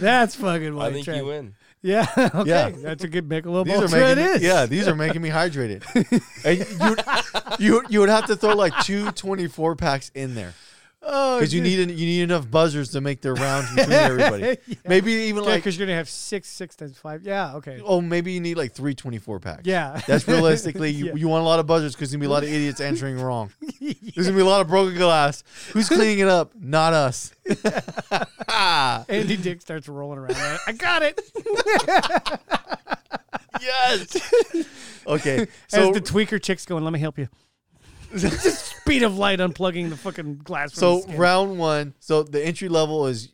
D: That's fucking white
B: I think
D: trash.
B: you win.
D: Yeah, okay,
C: Yeah.
D: that's a good Michelob
C: These are
D: Ultra. It
C: making
D: is.
C: me, yeah, these are making me hydrated. And you, you you would have to throw like two 24 packs in there
D: Oh,
C: because you
D: dude.
C: need an, you need enough buzzers to make their rounds between everybody. Maybe even
D: Yeah,
C: like
D: because you're gonna have six, six times five. Yeah, okay.
C: oh maybe you need like three 24 packs.
D: Yeah,
C: That's realistically, you,
D: Yeah.
C: you want a lot of buzzers because there's gonna be a lot of idiots answering wrong. There's gonna be a lot of broken glass. Who's cleaning it up? Not us.
D: Andy Dick starts rolling around. right? I got it.
C: yes. Okay.
D: So
C: So
D: As the tweaker chick's going, let me help you. Just speed of light unplugging the fucking glass. From
C: so
D: his skin.
C: round one. So the entry level is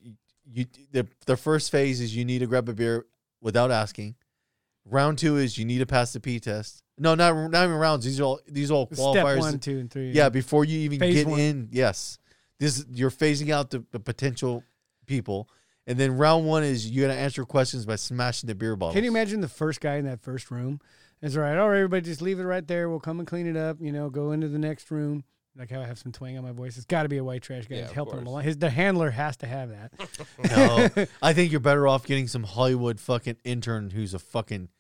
C: you. The the first phase is you need to grab a beer without asking. Round two is you need to pass the P test. No, not not even rounds. These are all these are all
D: step
C: qualifiers.
D: one, two, and three.
C: Yeah, before you even
D: Phase
C: get
D: one.
C: in. Yes. This you're phasing out the, the potential people. And then round one is you gotta answer questions by smashing the beer bottle.
D: Can you imagine the first guy in that first room? It's all right. All right, everybody, just leave it right there. We'll come and clean it up. You know, go into the next room. Like how I have some twang on my voice. It's got to be a white trash guy.
B: Yeah,
D: He's
B: of
D: helping him
B: course.
D: along. His the handler has to have that.
C: No, I think you're better off getting some Hollywood fucking intern who's a fucking.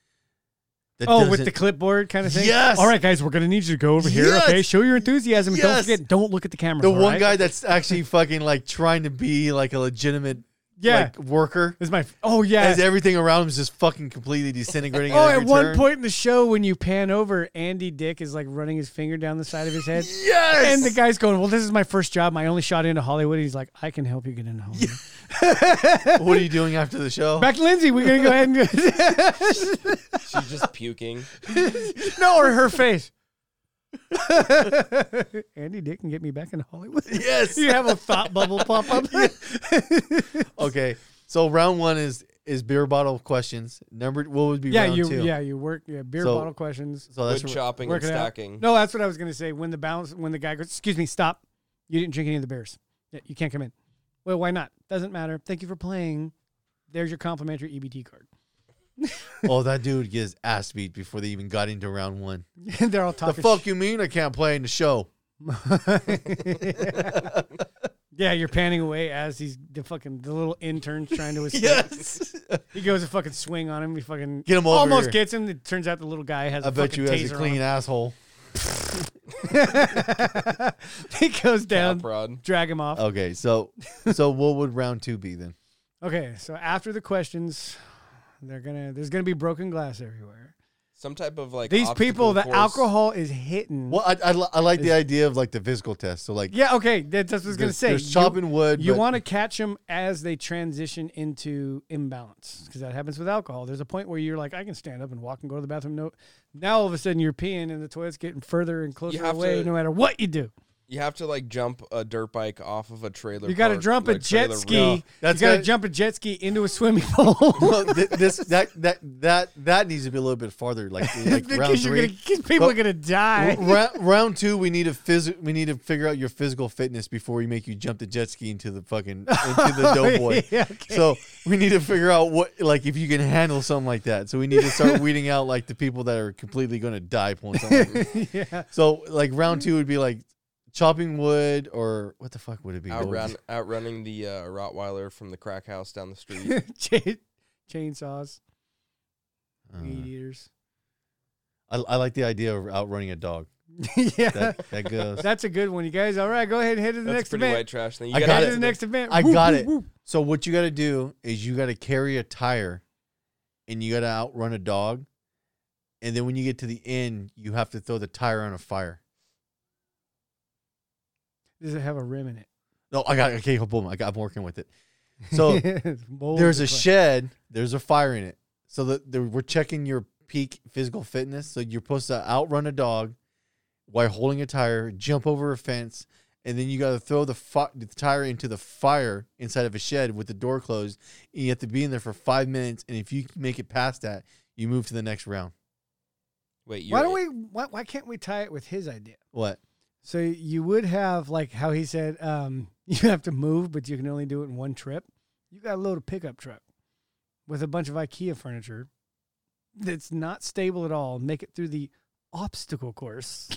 C: That
D: Oh, with the
C: doesn't-
D: clipboard kind of thing.
C: Yes!
D: All right, guys, we're gonna need you to go over here.
C: Yes!
D: Okay, show your enthusiasm. and Don't
C: Yes!
D: forget, don't look at the camera.
C: the one guy that's actually fucking like trying to be like a legitimate
D: Yeah,
C: like worker.
D: is my. Oh yeah.
C: As everything around him is just fucking completely disintegrating.
D: Oh,
C: at,
D: at
C: every
D: one
C: turn.
D: point in the show, when you pan over, Andy Dick is like running his finger down the side of his head.
C: Yes.
D: And the guy's going, Well, this is my first job. My only shot into Hollywood. And he's like, I can help you get into Hollywood.
C: what are you doing after the show?
D: Back to Lindsay. We're going to go ahead and
B: She's just puking.
D: No, or her face. Andy Dick can get me back into Hollywood.
C: yes.
D: You have a thought bubble pop up.
C: Okay. So round one is is beer bottle questions. Number what would be
D: yeah,
C: round
D: you
C: two?
D: yeah, you work yeah, beer
C: So-
D: bottle questions.
C: So
B: Wood
C: that's
B: chopping and
D: working out.
B: stacking.
D: No, that's what I was gonna say. When the balance, when the guy goes, "Excuse me, stop! You didn't drink any of the beers. Yeah, you can't come in." Well, why not? Doesn't matter. Thank you for playing. There's your complimentary EBT card.
C: oh that dude gets ass beat before they even got into round one.
D: They're all
C: The
D: talking.
C: fuck you mean I can't play in the show?
D: fuck? yeah, you're panning away as he's the fucking the little intern's trying to escape.
C: Yes.
D: He goes a fucking swing on him. He fucking
C: Get him over
D: almost
C: here.
D: gets him. It turns out the little guy has. a
C: I bet
D: fucking
C: you as
D: taser
C: a
D: on
C: clean asshole.
D: him. he goes down.
B: Top rod.
D: Drag him off.
C: Okay, so so what would round two be then?
D: Okay, so after the questions, they're gonna there's gonna be broken glass everywhere.
B: Some type of like
D: These
B: obstacle
D: people, the
B: course.
D: alcohol is hitting.
C: Well, I, I, li- I like the idea of like the physical test. So like,
D: Yeah, okay. that- That's what I was going
C: there's-
D: to say.
C: there's
D: You-
C: chopping wood.
D: You
C: but-
D: want to catch them as they transition into imbalance because that happens with alcohol. There's a point where you're like, I can stand up and walk and go to the bathroom. No, now all of a sudden you're peeing and the toilet's getting further and closer
B: have
D: away.
B: to-
D: no matter what you do,
B: You have to like jump a dirt bike off of a trailer.
D: you got to
B: park,
D: jump a
B: like,
D: jet
B: trailer
D: ski.
B: rail.
C: No, that's
D: you got to
C: gotta-
D: jump a jet ski into a swimming pool
C: Well, th- this that that that that needs to be a little bit farther. Like, like round
D: because you're
C: 3
D: gonna, 'cause people
C: But-
D: are gonna die.
C: Ra- round two, we need a phys- We need to figure out your physical fitness before we make you jump the jet ski into the fucking into the doughboy.
D: Yeah, okay.
C: So we need to figure out what like if you can handle something like that. So we need to start weeding out like the people that are completely going to die pulling something. Like that.
D: yeah,
C: So like round two would be like chopping wood or what the fuck would it be? What would
B: outrun
C: it
B: outrunning the uh, Rottweiler from the crack house down the street.
D: Chain- chainsaws, weed
C: be?
D: eaters.
C: Uh, I, I like the idea of outrunning a dog.
D: yeah,
C: That that goes.
D: that's a good one, you guys. All right, go ahead and head to the
B: That's a
D: next
B: pretty
D: event.
B: white trash thing. You
C: I
B: gotta
C: got
B: get
D: Head
C: it.
D: to the next event.
C: I
D: Whoop,
C: got
D: whoop,
C: it.
D: whoop.
C: So what you got to do is you got to carry a tire, and you got to outrun a dog, and then when you get to the end, you have to throw the tire on a fire.
D: Does it have a rim in it?
C: No, I got okay. Boom! I got, I'm working with it. So
D: Mold
C: there's a
D: is like-
C: shed. There's a fire in it. So that the, we're checking your peak physical fitness. So you're supposed to outrun a dog while holding a tire, jump over a fence, and then you got to throw the, fi- the tire into the fire inside of a shed with the door closed. And you have to be in there for five minutes. And if you can make it past that, you move to the next round.
B: Wait, you
D: Why don't we? Why, why can't we tie it with his idea?
C: What?
D: So you would have like how he said, um, you have to move, but you can only do it in one trip. You got to load a pickup truck with a bunch of IKEA furniture that's not stable at all. Make it through the obstacle course.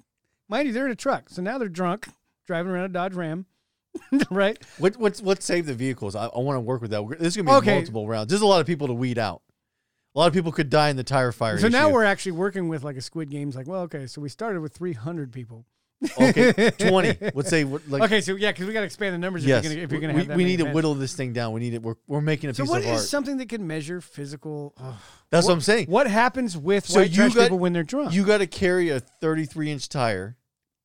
D: Mind you, they're in a truck, so now they're drunk driving around a Dodge Ram, right?
C: What? What's? Let's save the vehicles. I, I want to work with that. We're- This is gonna be
D: Okay.
C: multiple rounds. There's a lot of people to weed out. A lot of people could die in the tire fire.
D: So now
C: issue.
D: we're actually working with like a Squid Games. Like, well, okay, so we started with 300 people.
C: okay. Twenty. Let's say what- like
D: okay, so yeah, because we got to expand the numbers.
C: yes,
D: if you're gonna, if you're gonna
C: we,
D: have that
C: we
D: many
C: need to
D: events.
C: whittle this thing down. We need it. We're, we're making a
D: So
C: piece
D: what
C: of
D: is
C: art.
D: something that can measure physical? ugh.
C: That's what I'm saying.
D: What happens with
C: So
D: white
C: you
D: trash
C: got-
D: people when they're drunk?
C: You got to carry a 33 inch tire,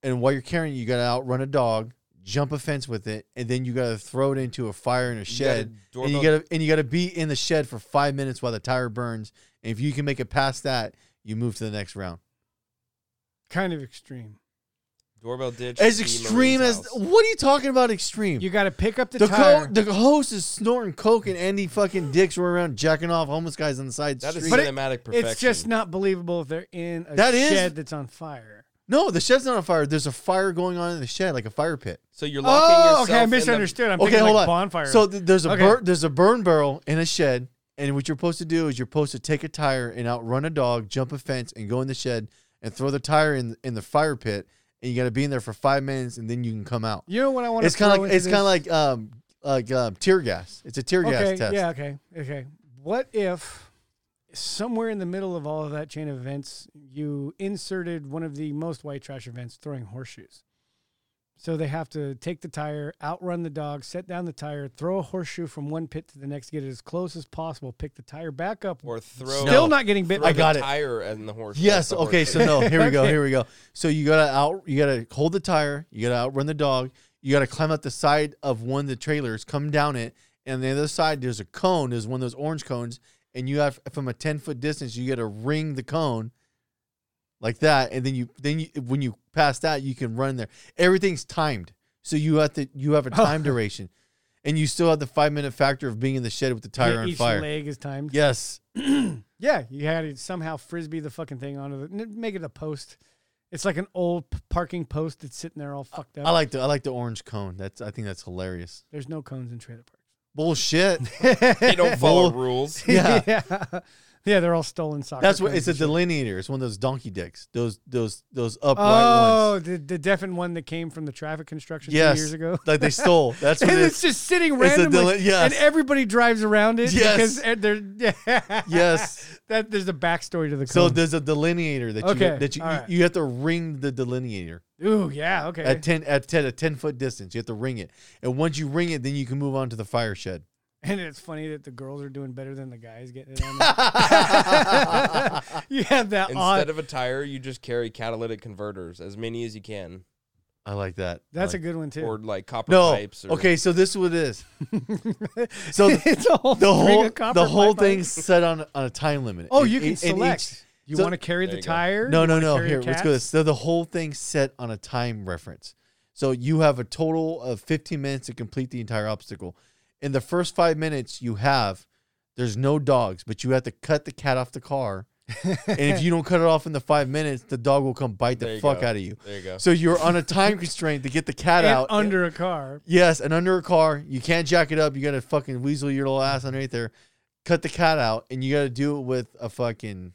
C: and while you're carrying, it, you got to outrun a dog, jump a fence with it, and then you got to throw it into a fire in a shed.
B: gotta
C: and you
B: doorbell-
C: got to and you got to be in the shed for five minutes while the tire burns. And if you can make it past that, you move to the next round.
D: kind of extreme.
B: doorbell ditch.
C: As
B: the
C: extreme
B: Marine's
C: as
B: house.
C: what are you talking about? Extreme.
D: You got to pick up the,
C: the,
D: tire.
C: co- the host is snorting coke and Andy fucking dicks were around jacking off homeless guys on the side.
B: that is
C: street.
D: But it-
B: cinematic perfection.
D: it's just not believable if they're in a
C: That is-
D: shed that's on fire.
C: No, the shed's not on fire. There's a fire going on in the shed, like a fire pit.
B: so you're locking
D: Oh,
B: yourself.
D: okay, I
B: in the-
D: misunderstood. I'm
C: okay,
D: thinking
C: hold
D: like
C: on.
D: bonfire.
C: So th- there's a
D: Okay.
C: bur- there's a burn barrel in a shed, and what you're supposed to do is you're supposed to take a tire and outrun a dog, jump a fence, and go in the shed and throw the tire in in the fire pit, and you got to be in there for five minutes, and then you can come out.
D: you know what I want to?
C: It's kind of like it's kind of like um like um, tear gas. It's a tear
D: okay,
C: gas test.
D: Yeah, okay, okay. What if somewhere in the middle of all of that chain of events, you inserted one of the most white trash events, throwing horseshoes? So they have to take the tire, outrun the dog, set down the tire, throw a horseshoe from one pit to the next, get it as close as possible, pick the tire back up.
B: or throw.
D: Still
C: No.
D: not getting bit.
B: throw
C: I
B: the
C: got it.
B: Tire and the horse.
C: Yes.
B: the horse
C: Okay.
B: shit.
C: So no. Here we go. Here we go. So you gotta out. You gotta hold the tire. You gotta outrun the dog. You gotta climb up the side of one of the trailers. Come down it, and the other side there's a cone. There's one of those orange cones, and you have from a ten foot distance. You gotta ring the cone, like that, and then you then you, when you pass that, you can run there. Everything's timed, so you have to you have a
D: Oh.
C: time duration, and you still have the five minute factor of being in the shed with the tire on
D: each
C: fire.
D: leg is timed.
C: Yes.
D: Yeah, you had to somehow frisbee the fucking thing onto the n- make it a post. It's like an old p- parking post that's sitting there all fucked up.
C: I like the I like the orange cone. That's I think that's hilarious.
D: There's no cones in trailer parks.
C: Bullshit.
B: They don't follow
C: Bull-
B: rules.
C: Yeah.
D: yeah. Yeah, they're all stolen soccer.
C: That's what
D: cones
C: it's a
D: and shit.
C: delineator. It's one of those donkey dicks. Those those those upright
D: Oh,
C: ones.
D: the, the deafened one that came from the traffic construction
C: Yes.
D: two years ago.
C: Like they stole. That's what
D: and
C: it
D: it's
C: is.
D: just sitting
C: It's a
D: randomly,
C: deli- yes.
D: and everybody drives around it
C: Yes.
D: because and they're yeah.
C: Yes.
D: That there's a backstory to the
C: So
D: cone.
C: there's a delineator that you
D: Okay,
C: that you,
D: all right.
C: you you have to ring the delineator
D: Ooh, yeah, okay.
C: at ten at ten a ten foot distance. You have to ring it, and once you ring it, then you can move on to the fire shed.
D: And it's funny that the girls are doing better than the guys getting it on. there. you have
C: uh,
D: that odd.
B: Instead of a tire, you just carry catalytic converters, as many as you can,
C: I like that.
D: That's
C: I
D: a
C: like-
D: good one too.
B: or like copper
C: no.
B: pipes. Or,
C: Okay, so this is what it is. So the,
D: it's a whole
C: the
D: string
C: whole
D: of copper
C: the whole
D: pipe on it.
C: thing's set on on a time limit.
D: Oh,
C: And
D: you can
C: each- and each-
D: select. you
C: so-
D: want to carry
B: There
D: the
B: you go.
D: tire?
C: No,
D: You
C: no,
D: wanna
C: no.
D: carry
C: Here,
D: a
C: let's
D: cat?
C: go. This. So the whole thing's set on a time reference. So you have a total of 15 minutes to complete the entire obstacle. In the first five minutes, you have there's no dogs, but you have to cut the cat off the car. and if you don't cut it off in the five minutes, the dog will come bite
B: There
C: the
B: you
C: fuck
B: go.
C: out of you.
B: There you go.
C: So you're on a time constraint to get the cat
D: And
C: out.
D: under a car.
C: Yes, and under a car, you can't jack it up. You got to fucking weasel your little ass underneath there, cut the cat out, and you got to do it with a fucking.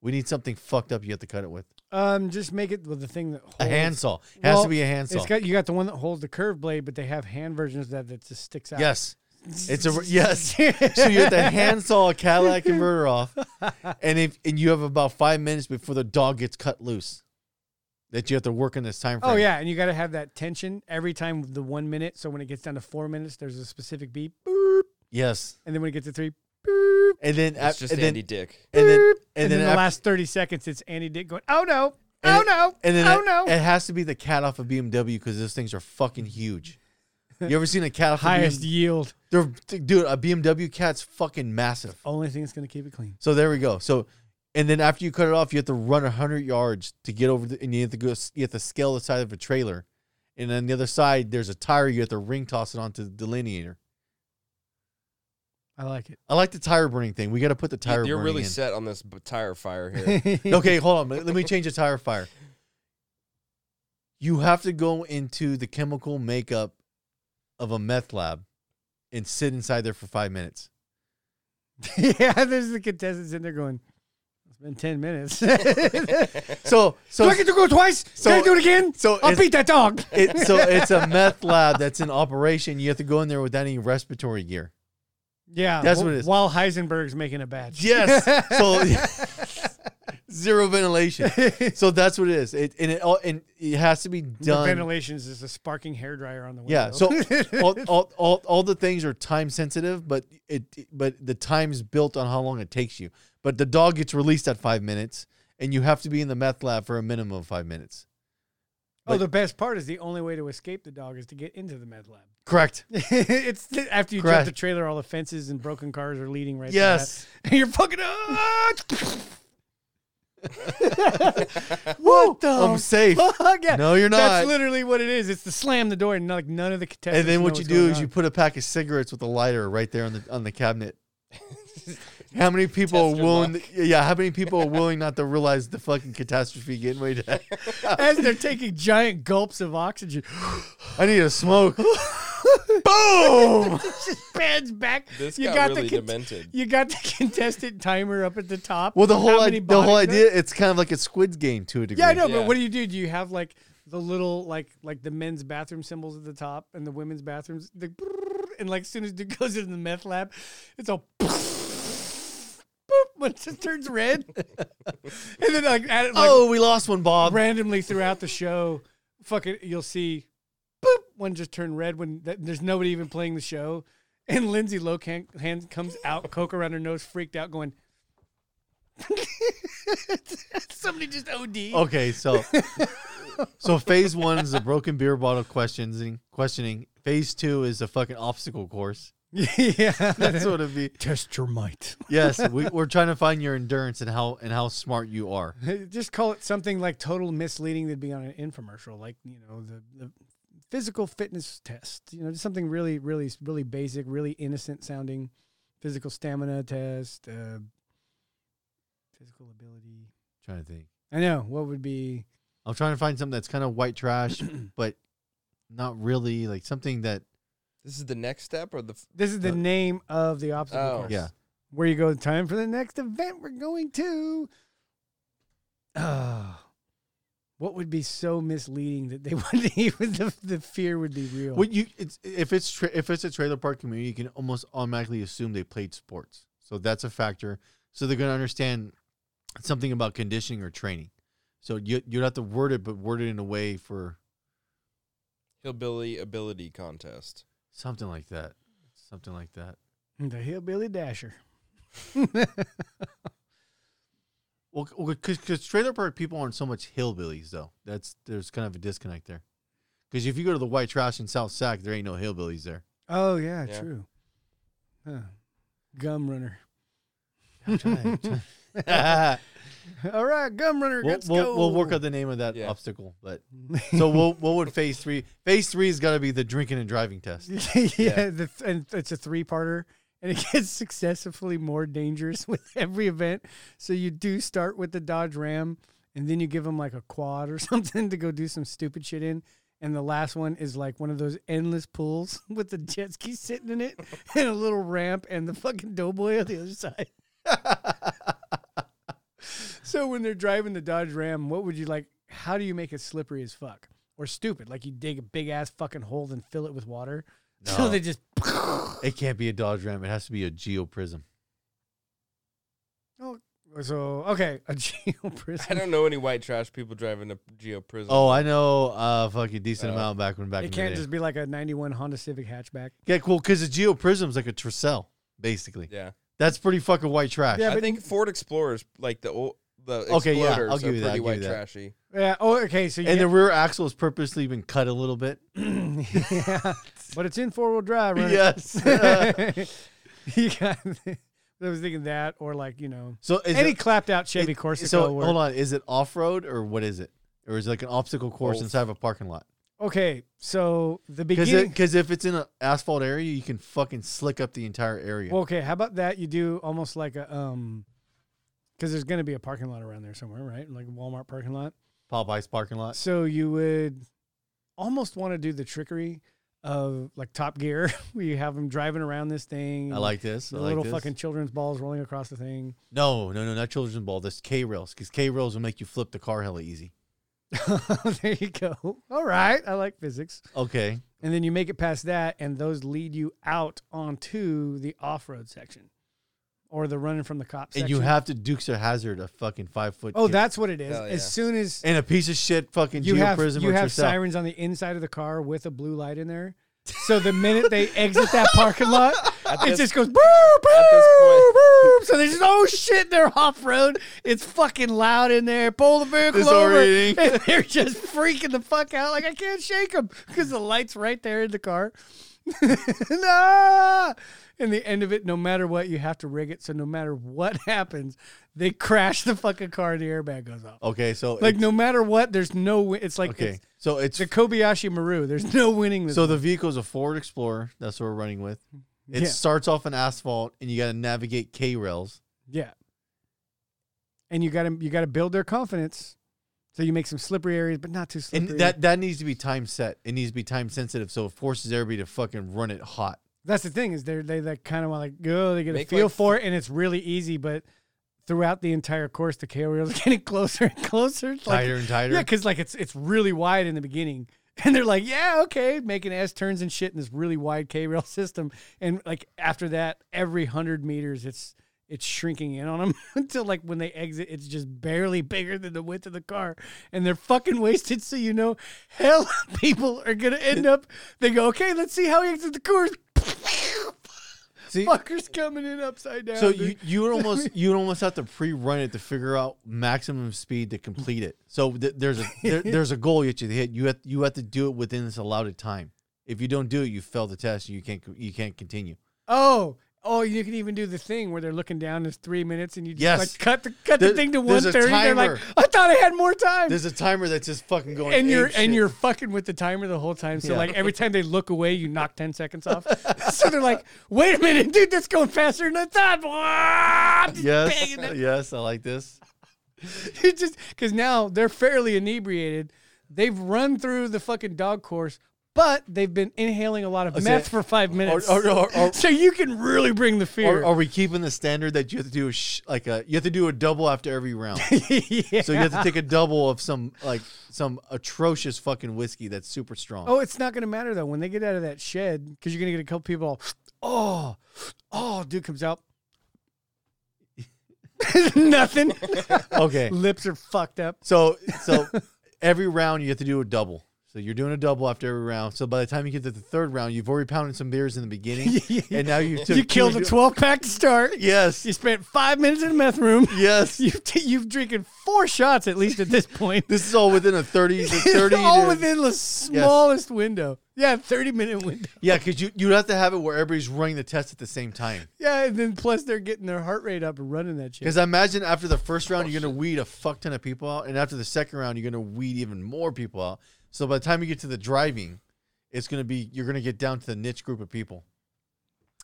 C: We need something fucked up. You have to cut it with
D: Um, just make it with the thing that holds.
C: a handsaw. It has
D: Well,
C: to be a handsaw.
D: It's got you got the one that holds the curved blade, but they have hand versions of that that just sticks out.
C: Yes, it's a yes. so you have to handsaw a Cadillac converter off, and if and you have about five minutes before the dog gets cut loose, that you have to work in this time frame.
D: Oh yeah, and you got to have that tension every time the one minute. So when it gets down to four minutes, there's a specific beep, boop,
C: Yes,
D: and then when it gets to three, boop,
C: and then
B: It's
C: af-
B: just
C: and
B: Andy
C: then
B: Dick.
C: and then
D: boop.
C: and then
D: the
C: af-
D: last thirty seconds, it's Andy Dick going, "Oh no,
C: And
D: oh
C: it-
D: no,
C: And then
D: oh
C: it,
D: no."
C: it has to be the cat off of BMW because those things are fucking huge. You ever seen a cat off a
D: Highest
C: BMW?
D: yield,
C: They're, th- dude, a BMW cat's fucking massive.
D: only thing that's gonna keep it clean.
C: So there we go. So, and then after you cut it off, you have to run hundred yards to get over, the, and you have to go. s- You have to scale the side of a trailer, and on the other side there's a tire. You have to ring toss it onto the delineator.
D: I like it.
C: I like the tire burning thing. We got to put the
B: You-
C: tire.
B: You're
C: burning
B: really
C: in.
B: set on this b- tire fire here.
C: okay, hold on. Let let me change the tire fire. You have to go into the chemical makeup of a meth lab and sit inside there for five minutes.
D: yeah, there's the contestants in there going. It's been ten minutes. do I
C: So, so,
D: get to go twice?
C: so-
D: Can I do it again?
C: so
D: I'll
C: it's-
D: beat that dog.
C: it, so it's a meth lab that's in operation. You have to go in there without any respiratory gear.
D: Yeah,
C: That's
D: wh-
C: what it is.
D: While Heisenberg's making a batch.
C: Yes. So zero ventilation. So that's what it is. It and it all and it has to be
D: The
C: done.
D: ventilations is a sparking hairdryer on the window.
C: Yeah. So all, all, all, all the things are time sensitive, but it but the time's built on how long it takes you. But the dog gets released at five minutes, and you have to be in the meth lab for a minimum of five minutes.
D: oh, the best part is the only way to escape the dog is to get into the med lab.
C: Correct.
D: it's th- after you
C: Correct.
D: jump the trailer, all the fences and broken cars are leading right. to
C: Yes.
D: that. and you're fucking. up.
C: What the? I'm safe.
D: Fuck yeah.
C: No, you're
D: That's
C: not.
D: literally what it is. It's to slam the door and like none of the contestants.
C: and then
D: know
C: what you
D: what's
C: do
D: going
C: is you
D: on.
C: put a pack of cigarettes with a lighter right there on the on the cabinet. How many people
B: Test
C: are
B: your
C: willing? yeah, how many people are willing not to realize the fucking catastrophe getting way down?
D: as they're taking giant gulps of oxygen.
C: I need a smoke. Boom!
D: just pans back.
B: This
D: you
B: got,
D: got,
B: really
D: the con-
B: demented.
D: you got the contestant timer up at the top.
C: Well, the
D: How
C: whole
D: many
C: idea, the whole
D: bodies are-
C: idea, it's kind of like a Squid Game to a degree.
D: Yeah, I know,
B: Yeah.
D: but what do you do? Do you have like the little like like the men's bathroom symbols at the top and the women's bathrooms? The brrrr, and like as soon as it goes into the meth lab, it's all boop when it just turns red, and then like at it like
C: oh, we lost one, Bob.
D: randomly throughout the show, fucking you'll see boop one just turn red when th- there's nobody even playing the show, and Lindsay Lohan hand comes out, coke around her nose, freaked out, going. Somebody just OD.
C: Okay, so so phase one is the broken beer bottle questioning. Questioning. Phase two is the fucking obstacle course.
D: yeah,
C: That's what it'd be.
D: test your might.
C: Yes, we, we're trying to find your endurance and how and how smart you are.
D: Just call it something like total misleading that'd be on an infomercial, like you know the, the physical fitness test. You know, just something really, really, really basic, really innocent sounding. Physical stamina test, uh, physical ability.
C: trying to think.
D: I know what would be.
C: I'm trying to find something that's kind of white trash, but not really like something that.
B: This is the next step, or the f-
D: This is the
C: Uh,
D: name of the obstacle
B: Oh.
D: course.
C: Yeah.
D: where you go. Time for the next event. We're going to. Ah, what would be so misleading that they wouldn't even the, the fear would be real.
C: Well, you it's if it's tra- if it's a trailer park community, you can almost automatically assume they played sports, so that's a factor. So they're gonna understand something about conditioning or training. So you you'd have to word it, but word it in a way for
B: hillbilly ability contest.
C: something like that, something like that.
D: The hillbilly dasher.
C: Well, because trailer park people aren't so much hillbillies though. That's there's kind of a disconnect there. Because if you go to the white trash in South Sac, there ain't no hillbillies there.
D: Oh yeah,
B: Yeah.
D: true. Huh. Gum runner.
C: I'm trying- I'm trying.
D: All right, gum runner.
C: we'll,
D: let's
C: we'll,
D: go.
C: we'll work out the name of that
B: Yeah.
C: obstacle. But so what? What would phase three? Phase three has got to be the drinking and driving test.
D: yeah, The th- and it's a three-parter, and it gets successively more dangerous with every event. So you do start with the Dodge Ram, and then you give them like a quad or something to go do some stupid shit in. And the last one is like one of those endless pools with the jet ski sitting in it, and a little ramp, and the fucking doughboy on the other side. so when they're driving the Dodge Ram, what would you like? How do you make it slippery as fuck or stupid? Like you dig a big ass fucking hole and fill it with water. So
C: No.
D: they just
C: It can't be a Dodge Ram. It has to be a Geo Prism.
D: so okay a geo
B: I
D: prison.
B: don't know any white trash people driving a Geo Prism.
C: Oh, I know. Uh, fucking decent
B: Oh.
C: amount back when back. in
D: It
C: the
D: can't
C: day.
D: just be like a '91 Honda Civic hatchback.
C: yeah, cool. Because the Geo Prism's like a Tercel, basically.
B: yeah.
C: That's pretty fucking white trash.
D: Yeah,
B: I
D: but-
B: think Ford Explorers, like the old, the
C: Okay, yeah,
B: Exploders,
C: I'll give
B: are
C: you that,
B: pretty
C: I'll
B: white
C: give you that.
B: trashy.
D: Yeah. Oh, okay. So you
C: And the
D: get-
C: rear axle has purposely been cut a little bit.
D: yeah, but it's in four wheel drive, right?
C: Yes.
D: you got. I was thinking that, or like you know,
C: so is
D: any
C: it,
D: clapped out Chevy
C: it-
D: Corsica.
C: So
D: or-
C: hold on, is it off road or what is it? Or is it like an obstacle course
B: Both.
C: inside of a parking lot?
D: Okay, so the
C: Because
D: beginning.
C: if it's in an asphalt area, you can fucking slick up the entire area.
D: Well, okay, how about that? You do almost like a um, because there's going to be a parking lot around there somewhere, right? Like a Walmart parking lot.
C: Popeye's parking lot.
D: So you would almost want to do the trickery of like Top Gear, where you have them driving around this thing.
C: I like this. I
D: the
C: like
D: little
C: this.
D: fucking children's balls rolling across the thing.
C: no, no, no, not children's ball. This K rails, because K rails will make you flip the car hella easy.
D: there you go. All right, I like physics.
C: Okay,
D: And then you make it past that, and those lead you out onto the off-road section, or the running from the cops.
C: and you have to Dukes a Hazard a fucking five foot.
D: oh,
C: kid.
D: that's what it is.
B: Hell yeah.
D: As soon as
C: and a piece of shit fucking
D: you
C: Geo
D: have
C: Prism
D: you
C: or
D: have
C: Tercel.
D: sirens on the inside of the car with a blue light in there. So the minute they exit that parking lot,
B: At
D: it
B: this-
D: just goes boop, boop,
B: this point-
D: boop. So there's just, oh shit, they're off road. It's fucking loud in there. Pull the vehicle over.
C: Disorienting.
D: And they're just freaking the fuck out. Like I can't shake them because the light's right there in the car. no! And the end of it, no matter what, you have to rig it. So no matter what happens, they crash the fucking car. and The airbag goes off.
C: Okay, so
D: Like
C: it's-
D: no matter what, there's no. Win- it's like
C: Okay,
D: it's,
C: so it's
D: it's a Kobayashi Maru. There's no winning this.
C: So the vehicle is a Ford Explorer. That's what we're running with. It
D: Yeah.
C: starts off on asphalt, and you got to navigate K rails.
D: Yeah. And you got to you got to build their confidence, so you make some slippery areas, but not too
C: And
D: slippery.
C: that that needs to be time set. It needs to be time sensitive, so it forces everybody to fucking run it hot.
D: that's the thing is they're they like kind of like go they get a
B: Make,
D: feel
B: like,
D: for it and it's really easy, but throughout the entire course the KO reel is getting closer and closer, It's like,
C: Tighter and tighter.
D: yeah, because like it's it's really wide in the beginning. And they're like, yeah, okay, making S turns and shit in this really wide K rail system. And like after that, every hundred meters, it's it's shrinking in on them until like when they exit, it's just barely bigger than the width of the car, and they're fucking wasted. So you know, hell, people are gonna end up. They go, okay, let's see how he exits the course.
C: See,
D: Fuckers coming in upside down.
C: so
D: dude.
C: you you would almost you would almost have to pre-run it to figure out maximum speed to complete it. So th- there's a there, there's a goal you have to hit. You have you have to do it within this allotted time. If you don't do it, you fail the test. and You can't you can't continue.
D: Oh, oh, you can even do the thing where they're looking down. It's three minutes, and you just
C: Yes.
D: like cut the cut
C: There-
D: the thing to one
C: there's a
D: thirty. They're like,
C: timer.
D: I thought I had more time.
C: There's a timer that's just fucking going.
D: and you're
C: apeshit.
D: and you're fucking with the timer the whole time. So
C: Yeah.
D: like every time they look away, you knock ten seconds off. so they're like, "Wait a minute, dude, that's going faster than I thought."
C: yes yes I like this.
D: It's just because now they're fairly inebriated. They've run through the fucking dog course, but they've been inhaling a lot of
C: so-
D: meth for
C: Oh,
D: five minutes.
C: or- or- or-
D: so you can really bring the fear.
C: Are, are we keeping the standard that you have to do a sh- like a you have to do a double after every round?
D: yeah.
C: so you have to take a double of some like some atrocious fucking whiskey that's super strong.
D: Oh, it's not going to matter though when they get out of that shed because you're going to get a couple people. all, Oh, oh, dude comes out. Nothing.
C: Okay,
D: Lips are fucked up.
C: so so every round you have to do a double. So you're doing a double after every round. So by the time you get to the third round, you've already pounded some beers in the beginning, and now you took
D: you
C: two
D: killed a
C: addi-
D: 12 pack to start.
C: Yes,
D: You spent five minutes in a meth room.
C: yes.
D: You've, t- you've drinking four shots at least at this point.
C: This is all within a thirty, to thirty.
D: all
C: to-
D: within the smallest window. Yeah, 30 minute window.
C: Yeah, because you you'd have to have it where everybody's running the test at the same time.
D: Yeah, and then plus they're getting their heart rate up and running that shit.
C: Because I imagine after the first round, you're gonna weed a fuck ton of people out, and after the second round, you're gonna weed even more people out. So by the time you get to the driving, it's gonna be you're gonna get down to the niche group of people.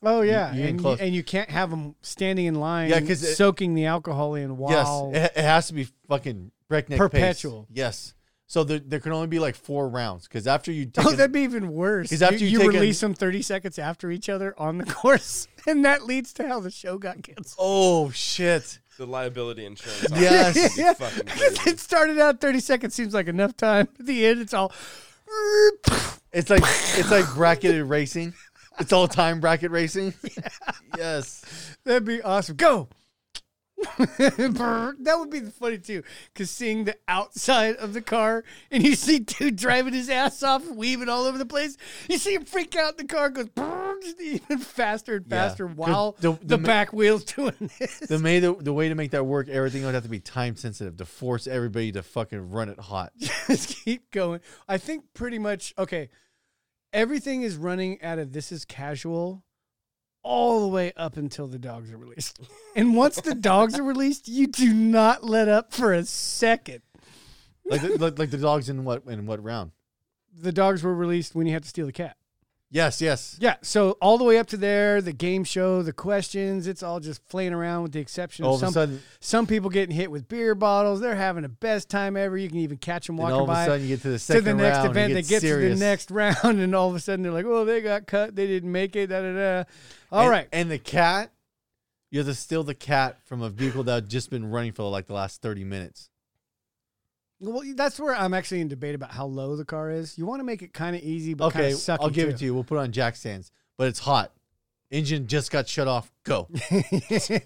D: Oh yeah,
C: you ain't
D: and, you,
C: close.
D: and you can't have them standing in line,
C: Yeah, 'cause it-
D: soaking the alcohol in while.
C: Yes, it, it has to be fucking breakneck pace.
D: Perpetual.
C: Yes. So there, there can only be like four rounds because after you take
D: Oh,
C: a-
D: that'd be even worse.
C: 'Cause after
D: you,
C: you
D: you
C: take a-
D: release them 30 seconds after each other on the course, and that leads to how the show got canceled.
C: oh shit.
B: The liability insurance. on
C: Yes.
B: it.
D: Yeah.
B: It's fucking crazy.
D: it started out 30 seconds seems like enough time. At the end, it's all.
C: It's like it's like bracketed racing. It's all time bracket racing. Yes.
D: That'd be awesome. Go. Brr. that would be funny too, because seeing the outside of the car and you see dude driving his ass off, weaving all over the place. You see him freak out. The car goes brr, just even faster and
C: Yeah.
D: faster
C: 'Cause
D: while the,
C: the- the ma-
D: back wheels doing this.
C: The way the, the way to make that work, everything would have to be time sensitive to force everybody to fucking run it hot.
D: just keep going. I think pretty much okay. Everything is running out of this is casual all the way up until the dogs are released. And once the dogs are released, you do not let up for a second.
C: Like the, like, like the dogs in what in what round?
D: The dogs were released when you had to steal the cat.
C: Yes, yes.
D: Yeah, so all the way up to there, the game show, the questions, it's all just flaying around with the exception
C: All
D: of
C: of
D: some
C: a sudden,
D: some people getting hit with beer bottles. They're having the best time ever. You can even catch them
C: and
D: walking
C: all of
D: by.
C: a sudden, you get to the
D: to
C: second
D: the next
C: round,
D: event.
C: It
D: They
C: gets
D: get to the
C: serious.
D: next round, and all of a sudden they're like, "Oh, they got cut. They didn't make it." Da da da. All
C: and,
D: right,
C: And the cat, you have to steal the cat from a vehicle that had just been running for like the last 30 minutes.
D: well, that's where I'm actually in debate about how low the car is. You want to make it kind of easy, but
C: okay,
D: kind of sucky
C: I'll give it to you. We'll put it on jack stands, but it's hot. Engine just got shut off. Go.
D: you.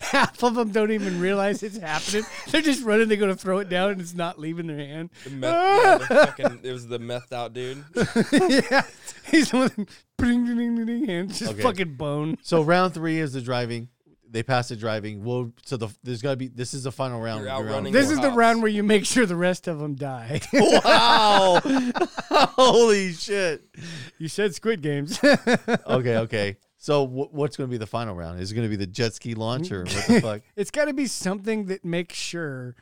D: Half of them don't even realize it's happening. They're just running. They go to throw it down, and it's not leaving their hand.
B: The meth, yeah, the fucking, it was the methed out dude.
D: yeah, he's the one. that- Ding ding ding ding, ding hand just
C: Okay.
D: fucking bone.
C: So round three is the driving. They pass the driving. We'll so the there's gotta be this is the final round.
B: You're
C: Round
B: outrunning
D: This
B: More
D: is the
B: hops.
D: round where you make sure the rest of them die.
C: wow! Holy shit!
D: you said Squid Games.
C: Okay, okay. So wh- what's going to be the final round? Is it going to be the jet ski launch or what the fuck?
D: It's got to be something that makes sure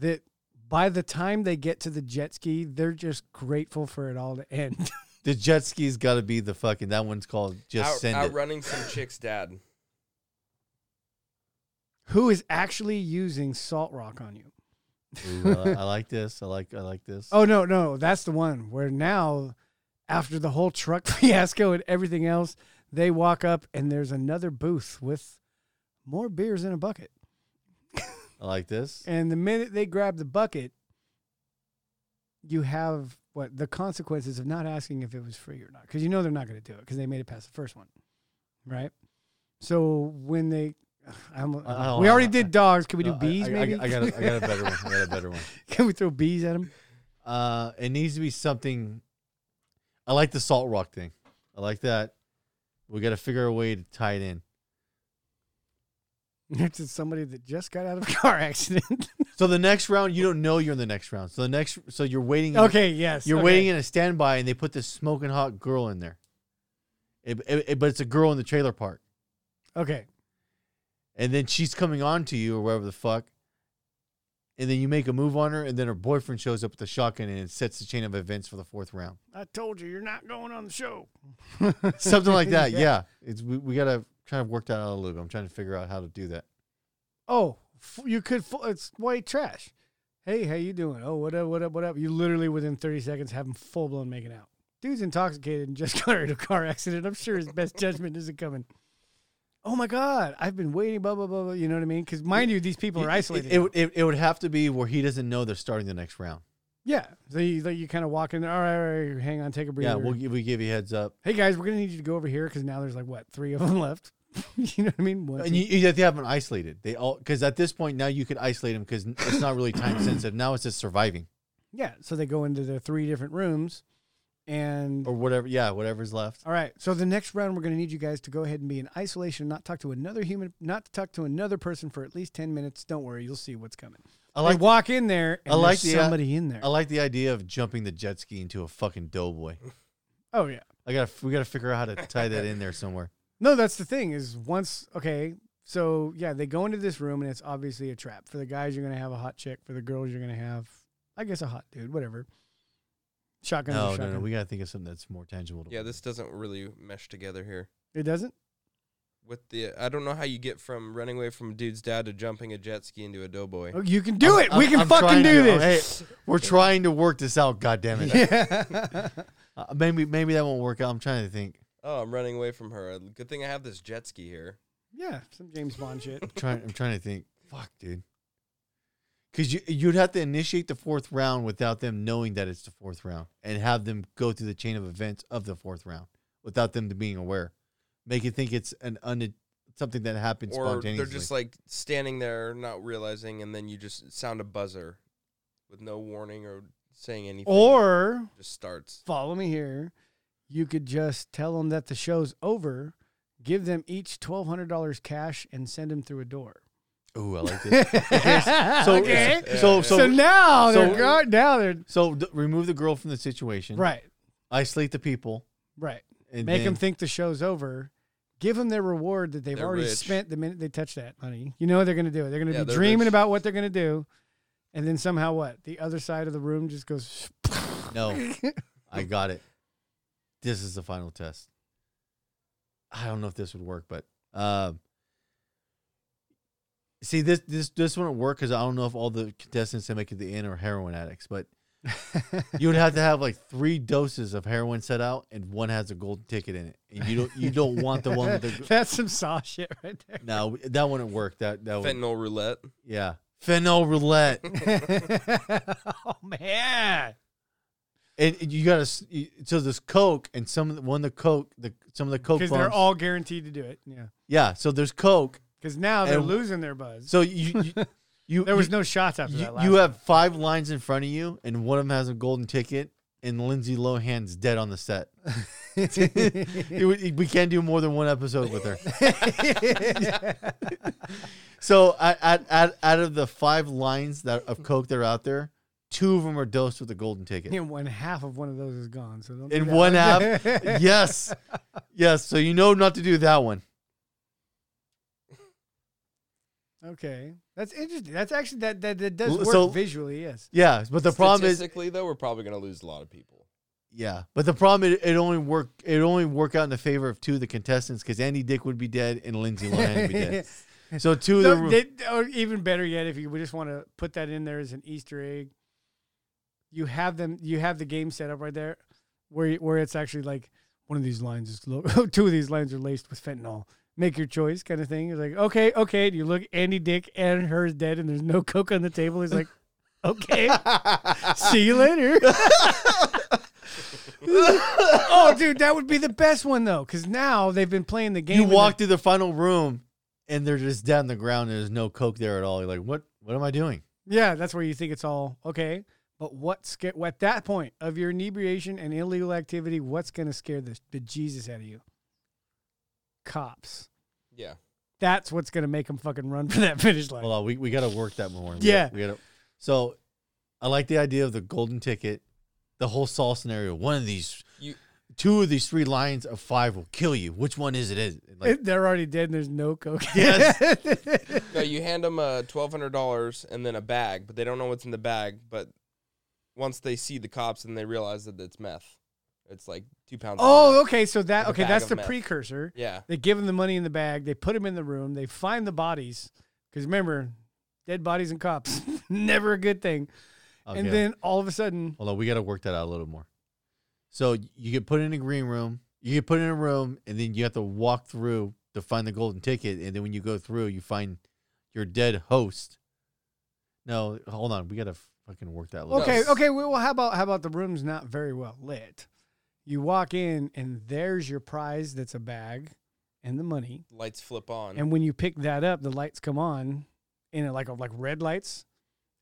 D: that by the time they get to the jet ski, they're just grateful for it all to end.
C: The jet ski's got to be the fucking. That one's called just
B: Out,
C: send it.
B: outrunning some chick's dad.
D: Who is actually using salt rock on you?
C: Ooh, I, li- I like this. I like. I like this.
D: Oh no, no, that's the one where now, after the whole truck fiasco and everything else, they walk up and there's another booth with more beers in a bucket.
C: I like this.
D: And the minute they grab the bucket, you have what the consequences of not asking if it was free or not, because you know they're not going to do it because they made it past the first one, right? So when they, I'm,
C: I- I-
D: we already
C: I-
D: did dogs. Can we do
C: No, I-
D: bees?
C: I, I,
D: maybe
C: I, got. A, I got a better one. I got a better one.
D: Can we throw bees at them?
C: Uh, it needs to be something. I like the salt rock thing. I like that. We got to figure a way to tie it in.
D: It's somebody that just got out of a car accident.
C: So the next round, you don't know you're in the next round. So the next, so you're waiting.
D: okay, yes,
C: You're
D: okay.
C: waiting in a standby, and they put this smoking hot girl in there. It, it- it- but it's a girl in the trailer park,
D: Okay,
C: and then she's coming on to you or wherever the fuck, and then you make a move on her, and then her boyfriend shows up with a shotgun, and it sets the chain of events for the fourth round,
D: I told you you're not going on the show.
C: something like that. yeah. it's we, we gotta try to work that out a little bit. I'm trying to figure out how to do that.
D: oh f- you could f- it's white trash hey how you doing oh what up what up what up you literally within 30 seconds have him full blown making out dude's intoxicated and just got in a car accident i'm sure his best judgment isn't coming oh my god i've been waiting blah blah blah, blah. you know what i mean because mind you these people are isolated
C: It, it, it, it would have to be where he doesn't know they're starting the next round.
D: yeah so you, like, you kind of walk in there all right, all right hang on take a breather
C: Yeah, we'll give, we give you heads up,
D: hey guys we're gonna need you to go over here because now there's like what three of them left you know what i mean One,
C: and
D: two-
C: you, you have to have them isolated. They all because at this point now you could isolate them because it's not really time sensitive. Now it's just surviving.
D: Yeah. So they go into the three different rooms and
C: or whatever. Yeah, whatever's left.
D: all right. So the next round we're gonna need you guys to go ahead and be in isolation, not talk to another human not to talk to another person for at least ten minutes. Don't worry, you'll see what's coming.
C: I
D: I
C: like
D: walk in there and
C: I like
D: there's
C: the, uh,
D: somebody in there.
C: I like the idea of jumping the jet ski into a fucking doughboy.
D: oh yeah.
C: I gotta we gotta figure out how to tie that in there somewhere.
D: No, that's the thing is once okay, so yeah, they go into this room and it's obviously a trap. For the guys, you're gonna have a hot chick. For the girls, you're gonna have, I guess, a hot dude. Whatever. Shotgun.
C: No,
D: to
C: no,
D: shotgun.
C: no. We gotta think of something that's more tangible. To
B: Yeah, this doesn't really mesh together here.
D: it doesn't.
B: With the, I don't know how you get from running away from a dude's dad to jumping a jet ski into a doughboy.
D: Oh, you can do
C: I'm-
D: it. we
C: I'm-
D: can
C: I'm
D: fucking
C: trying
D: do
C: to-
D: this.
C: Hey, we're trying to work this out. God damn it.
D: Yeah.
C: Uh, maybe maybe that won't work out. I'm trying to think.
B: Oh, I'm running away from her. Good thing I have this jet ski here.
D: yeah, some James Bond shit.
C: I'm trying. I'm trying to think. Fuck, dude. Because you you'd have to initiate the fourth round without them knowing that it's the fourth round, and have them go through the chain of events of the fourth round without them being aware. Make it think it's an un something that happened
B: Or
C: spontaneously.
B: they're just like standing there, not realizing, and then you just sound a buzzer with no warning or saying anything.
D: Or
B: just starts.
D: follow me here. You could just tell them that the show's over, give them each twelve hundred dollars cash, and send them through a door.
C: Ooh, I like this. So,
D: okay.
C: so, so,
D: So,
C: so,
D: now
C: so-
D: they're gone. Now they're
C: d- remove the girl from the situation.
D: right,
C: Isolate the people.
D: right.
C: And
D: Make them
C: then-
D: think the show's over. Give them their reward that they've
B: They're
D: already
B: rich.
D: spent the minute they touch that money. You know what they're going to do. They're going to
B: Yeah,
D: be
B: they're
D: dreaming
B: rich.
D: about what they're going to do, and then somehow what the other side of the room just goes.
C: No, I got it. This is the final test. I don't know if this would work, but um, see this this this wouldn't work because I don't know if all the contestants that make it to the end are heroin addicts. But you would have to have like three doses of heroin set out, and one has a golden ticket in it, and you don't you don't want the one with the
D: That's some saw shit right there.
C: no that wouldn't work. That
B: Oh.
C: that would
B: Fentanyl roulette.
C: yeah fentanyl roulette.
D: oh man!
C: And and you gotta s- you- so this coke and some of the, one of the coke the some of the coke
D: Because they're
C: bumps-
D: all guaranteed to do it. Yeah.
C: yeah. So there's coke.
D: Because now they're
C: And-
D: losing their buzz.
C: So you you, you
D: there was
C: you-
D: no shots after
C: you,
D: that. Last
C: you have five lines in front of you, and one of them has a golden ticket, and Lindsay Lohan's dead on the set. It would- it- we can't do more than one episode with her. so out, out, out, out of the five lines that of coke that are out there, two of them are dosed with a golden ticket.
D: And one half of one of those is gone. So don't do
C: in
D: that.
C: one half. yes. Yes. So you know not to do that one.
D: Okay, that's interesting. That's actually that that, that does
C: L-
D: work
C: so-
D: visually. Yes.
C: Yeah. But the problem is
B: Statistically, though, we're probably going to lose a lot of people.
C: yeah. But the problem it, it only work it only work out in the favor of two of the contestants because Andy Dick would be dead and Lindsay Lohan would be dead. So two of the
D: No, they- or even better yet, if you would just want to put that in there as an Easter egg, you have them. You have the game set up right there, where you- where it's actually like one of these lines is lo- two of these lines are laced with fentanyl. Make your choice, kind of thing. You're like, okay, okay. And you look, Andy Dick and her is dead, and there's no coke on the table. He's like, okay, see you later. oh, dude, that would be the best one though, because now they've been playing the game.
C: you
D: and they're-
C: walk through the final room and they're just down the ground and there's no coke there at all. You're like, what what am I doing?
D: Yeah, that's where you think it's all okay. But what sca- at that point of your inebriation and illegal activity, what's going to scare the, the Jesus out of you? Cops.
B: Yeah.
D: That's what's going to make them fucking run for that finish line.
C: Hold on, we, we gotta work that more. We gotta-
D: Yeah.
C: we gotta so I like the idea of the golden ticket, the whole Saul scenario. One of these
B: You-
C: two of these three lines of five will kill you. Which one is it? Is it? like
D: It- They're already dead and there's no coke.
C: Yes.
B: No, you hand them uh, twelve hundred dollars and then a bag, but they don't know what's in the bag. But once they see the cops and they realize that it's meth, it's like two pounds. of
D: oh,
B: meth.
D: okay. So that,
B: Like a
D: okay,
B: bag
D: that's
B: of
D: the
B: meth.
D: precursor.
B: yeah,
D: They give them the money in the bag. They put them in the room. They find the bodies. Because remember, dead bodies and cops, never a good thing.
C: okay.
B: Oh,
D: And then all of a sudden,
C: Hold on, we got to work that out a little more. So you get put in a green room, you get put in a room, and then you have to walk through to find the golden ticket. And then when you go through, you find your dead host. No, hold on, we got to fucking work that. A little
D: Okay,
B: Yes.
D: okay. Well, how about how about the room's not very well lit? You walk in and there's your prize that's a bag and the money.
B: lights flip on.
D: And when you pick that up, the lights come on in a, like a, like red lights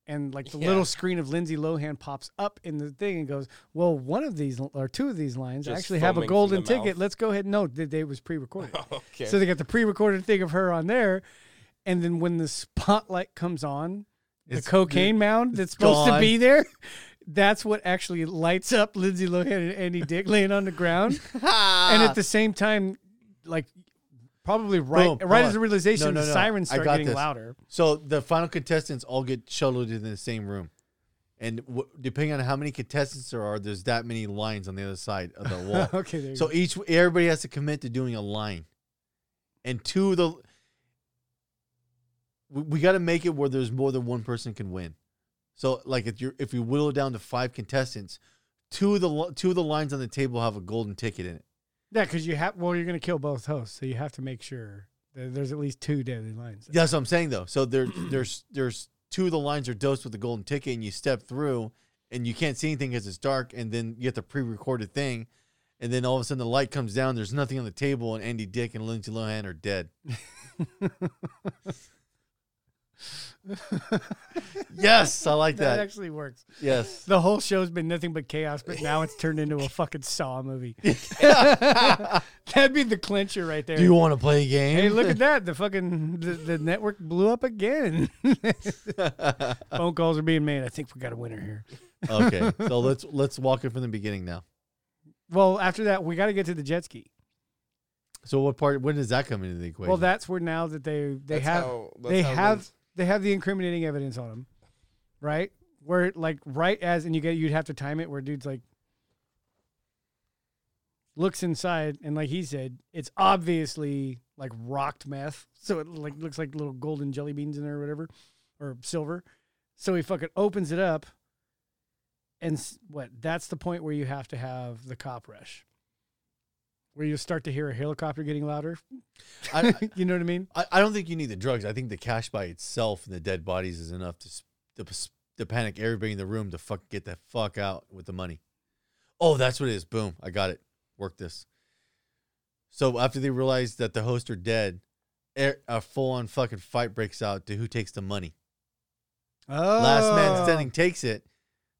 D: and like the
B: Yeah.
D: little screen of Lindsay Lohan pops up in the thing and goes, "Well, one of these or two of these lines
B: Just
D: actually have a
B: foaming from the
D: golden ticket.
B: mouth.
D: Let's go ahead." No, they, they was pre-recorded,
B: okay.
D: so they got the pre-recorded thing of her on there, and then when the spotlight comes on,
C: It's-
D: the cocaine mound that's supposed to
C: gone.
D: be there. That's what actually lights up Lindsay Lohan and Andy Dick laying on the ground,
C: Ah.
D: and at the same time, like probably right,
C: Boom,
D: right
C: pause.
D: as the realization,
C: No, no,
D: the
C: no.
D: sirens
C: I
D: start
C: got
D: getting
C: this.
D: louder.
C: So the final contestants all get shuttled in the same room, and w- depending on how many contestants there are, there's that many lines on the other side of the wall.
D: okay, there you
C: So
D: go.
C: each everybody has to commit to doing a line, and two of the we, we got to make it where there's more than one person can win. So like if you're if you whittle it down to five contestants, two of the li- two of the lines on the table have a golden ticket in it.
D: Yeah, because you have well, you're gonna kill both hosts, so you have to make sure that there's at least two deadly lines.
C: That's what I'm saying though. So there there's there's two of the lines are dosed with the golden ticket, and you step through, and you can't see anything because it's dark, and then you have the pre-recorded thing. And then all of a sudden the light comes down. There's nothing on the table, and Andy Dick and Lindsay Lohan are dead. Yes, I like
D: that
C: that.
D: actually works.
C: Yes.
D: The whole show's been nothing but chaos, but now it's turned into a fucking Saw movie. That'd be the clincher right there.
C: Do you want to play a game?
D: hey, look at that! The fucking the, the network blew up again. Phone calls are being made. I think we got a winner here.
C: okay, so let's let's walk it from the beginning now.
D: Well, after that, we got to get to the jet ski.
C: So what part? When does that come into the equation?
D: Well, that's where now that they they
B: That's
D: have
B: how- that's
D: they
B: how
D: have
B: Lindsay-
D: they have the incriminating evidence on him, right? Where like right as and you get you'd have to time it where dude's like looks inside and like he said it's obviously like rocked meth, so it like looks like little golden jelly beans in there or whatever, or silver. So he fucking opens it up, and s- what? That's the point where you have to have the cop rush. Where you start to hear a helicopter getting louder.
C: I,
D: you know what I mean?
C: I, I don't think you need the drugs. I think the cash by itself and the dead bodies is enough to s- to, p- s- to panic everybody in the room to fuck get the fuck out with the money. Oh, that's what it is. Boom, I got it. Work this. So after they realize that the hosts are dead, e- a full on fucking fight breaks out to who takes the money.
D: Oh.
C: Last man standing takes it.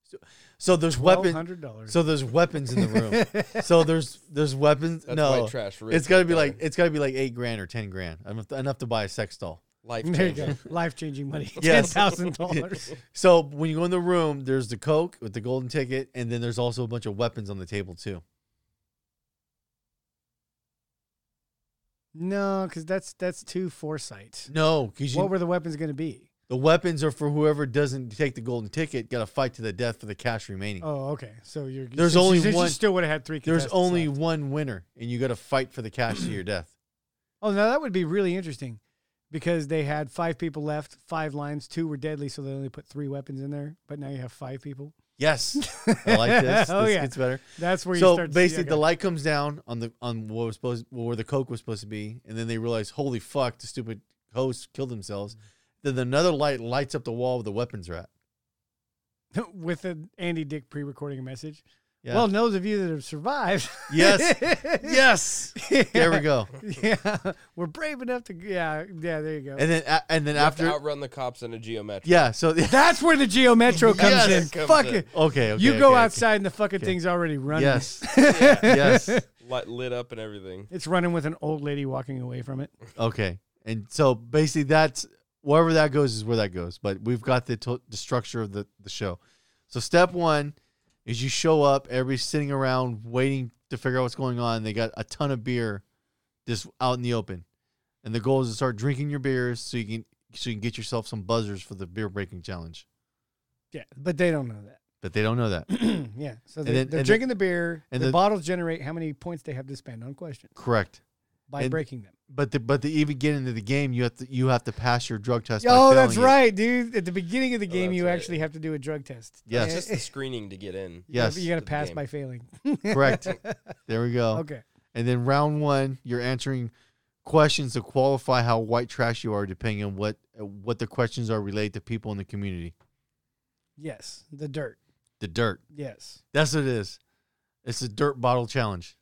C: So, so there's weapons.
D: Hundred dollars.
C: So there's weapons in the room. so there's there's weapons.
B: That's
C: no,
B: white trash. rich
C: it's gotta be
B: right
C: like it's gotta be like eight grand or ten grand enough to, enough to buy a sex doll.
B: life
D: there you go.
B: changing.
D: Life changing money.
C: Yes.
D: Ten thousand dollars.
C: So when you go in the room, there's the coke with the golden ticket, and then there's also a bunch of weapons on the table too.
D: No, because that's that's too foresight.
C: No, because
D: What were the weapons going to be?
C: the weapons are for whoever doesn't take the golden ticket. Got to fight to the death for the cash remaining.
D: Oh, okay. So you're
C: There's
D: since you-
C: only
D: since
C: one-
D: You still would have had three.
C: there's
D: contestants
C: only
D: left.
C: one winner, and you got to fight for the cash to your death.
D: Oh, now that would be really interesting, because they had five people left, five lines, two were deadly, so they only put three weapons in there. But now you have five people.
C: Yes, I like this.
D: Oh,
C: this
D: yeah.
C: gets better.
D: That's where you
C: so
D: start. to see,
C: basically, the
D: okay.
C: light comes down on the on what was supposed where the coke was supposed to be, and then they realize, holy fuck, the stupid hosts killed themselves. Then another light lights up the wall where the weapons are at.
D: with an Andy Dick pre-recording a message.
C: Yeah.
D: Well, those of you that have survived.
C: Yes. yes. There we go.
D: yeah, we're brave enough to. Yeah, yeah. There you go.
C: And then a- and then
B: You have to
C: after
B: outrun the cops in a geometric.
C: yeah, so okay,
D: That's where the Geo Metro comes
C: Yes.
D: in.
B: Comes
D: Fuck
B: in.
D: it.
C: okay.
D: you go
C: okay.
D: outside and the fucking
C: Okay.
D: thing's already running.
C: Yes.
B: Yeah.
C: yes.
B: Light lit up and everything.
D: It's running with an old lady walking away from it.
C: Okay. And so basically that's wherever that goes is where that goes, but we've got the to- the structure of the the show. So step 1 is you show up, everybody's sitting around waiting to figure out what's going on. They got a ton of beer just out in the open. And the goal is to start drinking your beers so you can so you can get yourself some buzzers for the beer breaking challenge.
D: Yeah, but they don't know that.
C: But they don't know that.
D: yeah, so
C: And
D: they,
C: then-
D: they're
C: and
D: drinking the beer.
C: and
D: the,
C: the-
D: bottles generate how many points they have to spend on questions
C: Correct.
D: by
C: and-
D: breaking them.
C: But the, but to even get into the game, you have to you have to pass your drug test. by
D: Oh, that's
C: failing it.
D: right, dude. At the beginning of the game,
B: that's
D: you
B: right.
D: actually have to do a drug test.
C: Oh, Yes.
B: It's just
D: Yeah,
B: the screening to get in.
C: Yes,
D: You got to
B: the
D: pass
B: game.
D: by failing.
C: correct. There we go.
D: Okay.
C: And then round one, you're answering questions to qualify how white trash you are, depending on what what the questions are related to people in the community.
D: Yes. The dirt.
C: The dirt.
D: Yes.
C: That's what it is. It's a dirt bottle challenge.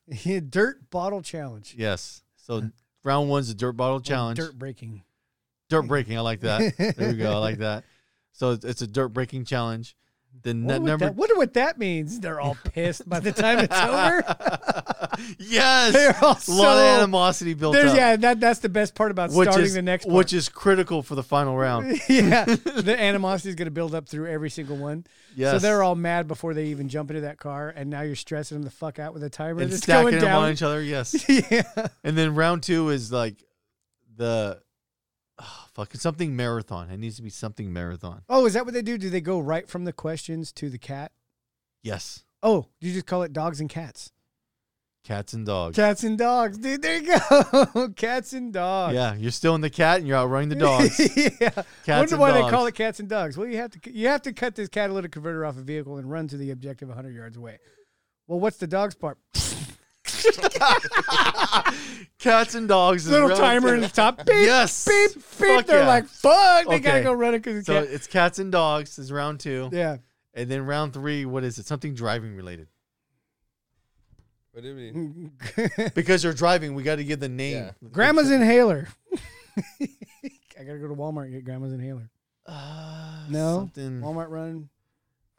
D: dirt bottle challenge.
C: Yes.
D: Uh.
C: So round one's the dirt bottle
D: Or
C: challenge.
D: Dirt breaking.
C: dirt breaking. I like that. There we go. I like that. So it's, it's a dirt breaking challenge. The
D: Wonder
C: nut
D: what,
C: number.
D: that, wonder what that means. They're all pissed by the time it's over.
C: yes.
D: They're
C: a
D: all
C: lot of
D: so-
C: animosity built
D: There's,
C: up.
D: yeah, that, that's the best part about
C: which
D: starting
C: is,
D: the next part.
C: which is critical for the final round.
D: yeah, the animosity is going to build up through every single one.
C: Yes.
D: So they're all mad before they even jump into that car, and now you're stressing them the fuck out with a timer
C: and
D: that's
C: stacking
D: going
C: them on
D: down.
C: each other. Yes.
D: yeah,
C: And then round two is like the oh, fucking something marathon. It needs to be something marathon.
D: Oh, is that what they do? Do they go right from the questions to the cat?
C: Yes.
D: Oh, you just call it dogs and cats.
C: Cats and dogs.
D: Cats and dogs, dude. There you go. cats and dogs.
C: Yeah, you're still in the cat and you're outrunning the dogs.
D: yeah.
C: Cats
D: Wonder
C: and
D: why
C: dogs.
D: they call it cats and dogs. Well, you have to you have to cut this catalytic converter off a vehicle and run to the objective 100 yards away. Well, what's the dog's part?
C: Cats and dogs. Is
D: Little
C: round
D: timer
C: two.
D: in the top. Beep,
C: yes.
D: beep, beep.
C: Fuck
D: They're
C: yeah.
D: like, fuck. They gotta
C: Okay.
D: go run it because
C: So it's cats and dogs is round two,
D: Yeah.
C: and then round three. What is it? Something driving related.
B: What did
D: Mm.
B: we?
C: Because you're driving, we got to give the name.
B: Yeah.
D: grandma's inhaler. I gotta go to Walmart and get grandma's inhaler.
C: Uh,
D: No.
C: Something
D: Walmart run,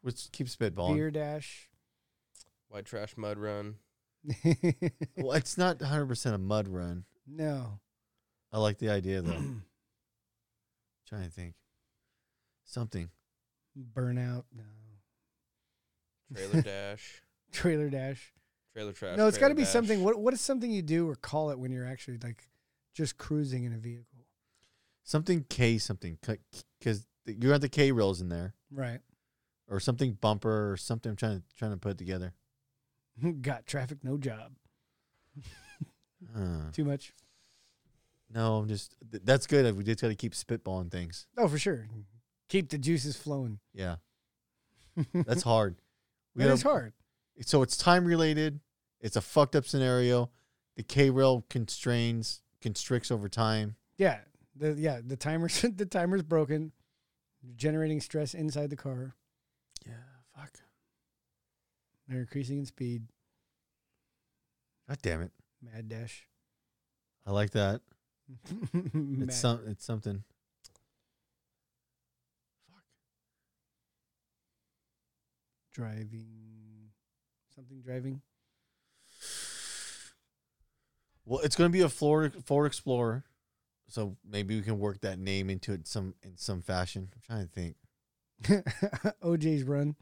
C: which keeps spitballing.
D: beer dash.
B: White trash mud run.
C: Well, it's not 100 percent a mud run.
D: no.
C: I like the idea though. trying to think. Something.
D: Burnout. No.
B: Trailer dash.
D: Trailer dash.
B: Trailer trash.
D: no, it's got
B: trailer
D: to be
B: dash.
D: something. What What is something you do or call it when you're actually like just cruising in a vehicle?
C: Something K something because you got the K rails in there
D: Right.
C: or something bumper or something. I'm trying to trying to put it together.
D: Got traffic, no job.
C: Uh,
D: Too much.
C: no, I'm just th- that's good. We just got to keep spitballing things.
D: Oh, for sure. Keep the juices flowing.
C: Yeah, that's hard.
D: That
C: gotta-
D: is hard.
C: So it's time related. It's a fucked up scenario. The K rail constrains constricts over time.
D: Yeah. The yeah the timer's the timer's broken, generating stress inside the car.
C: Yeah, fuck.
D: They're increasing in speed.
C: God damn it.
D: Mad dash.
C: I like that.
D: Mad-
C: It's some. It's something.
D: driving. Something driving.
C: Well, it's going to be a Florida Ford Explorer, so maybe we can work that name into it some in some fashion. I'm trying to think.
D: OJ's run.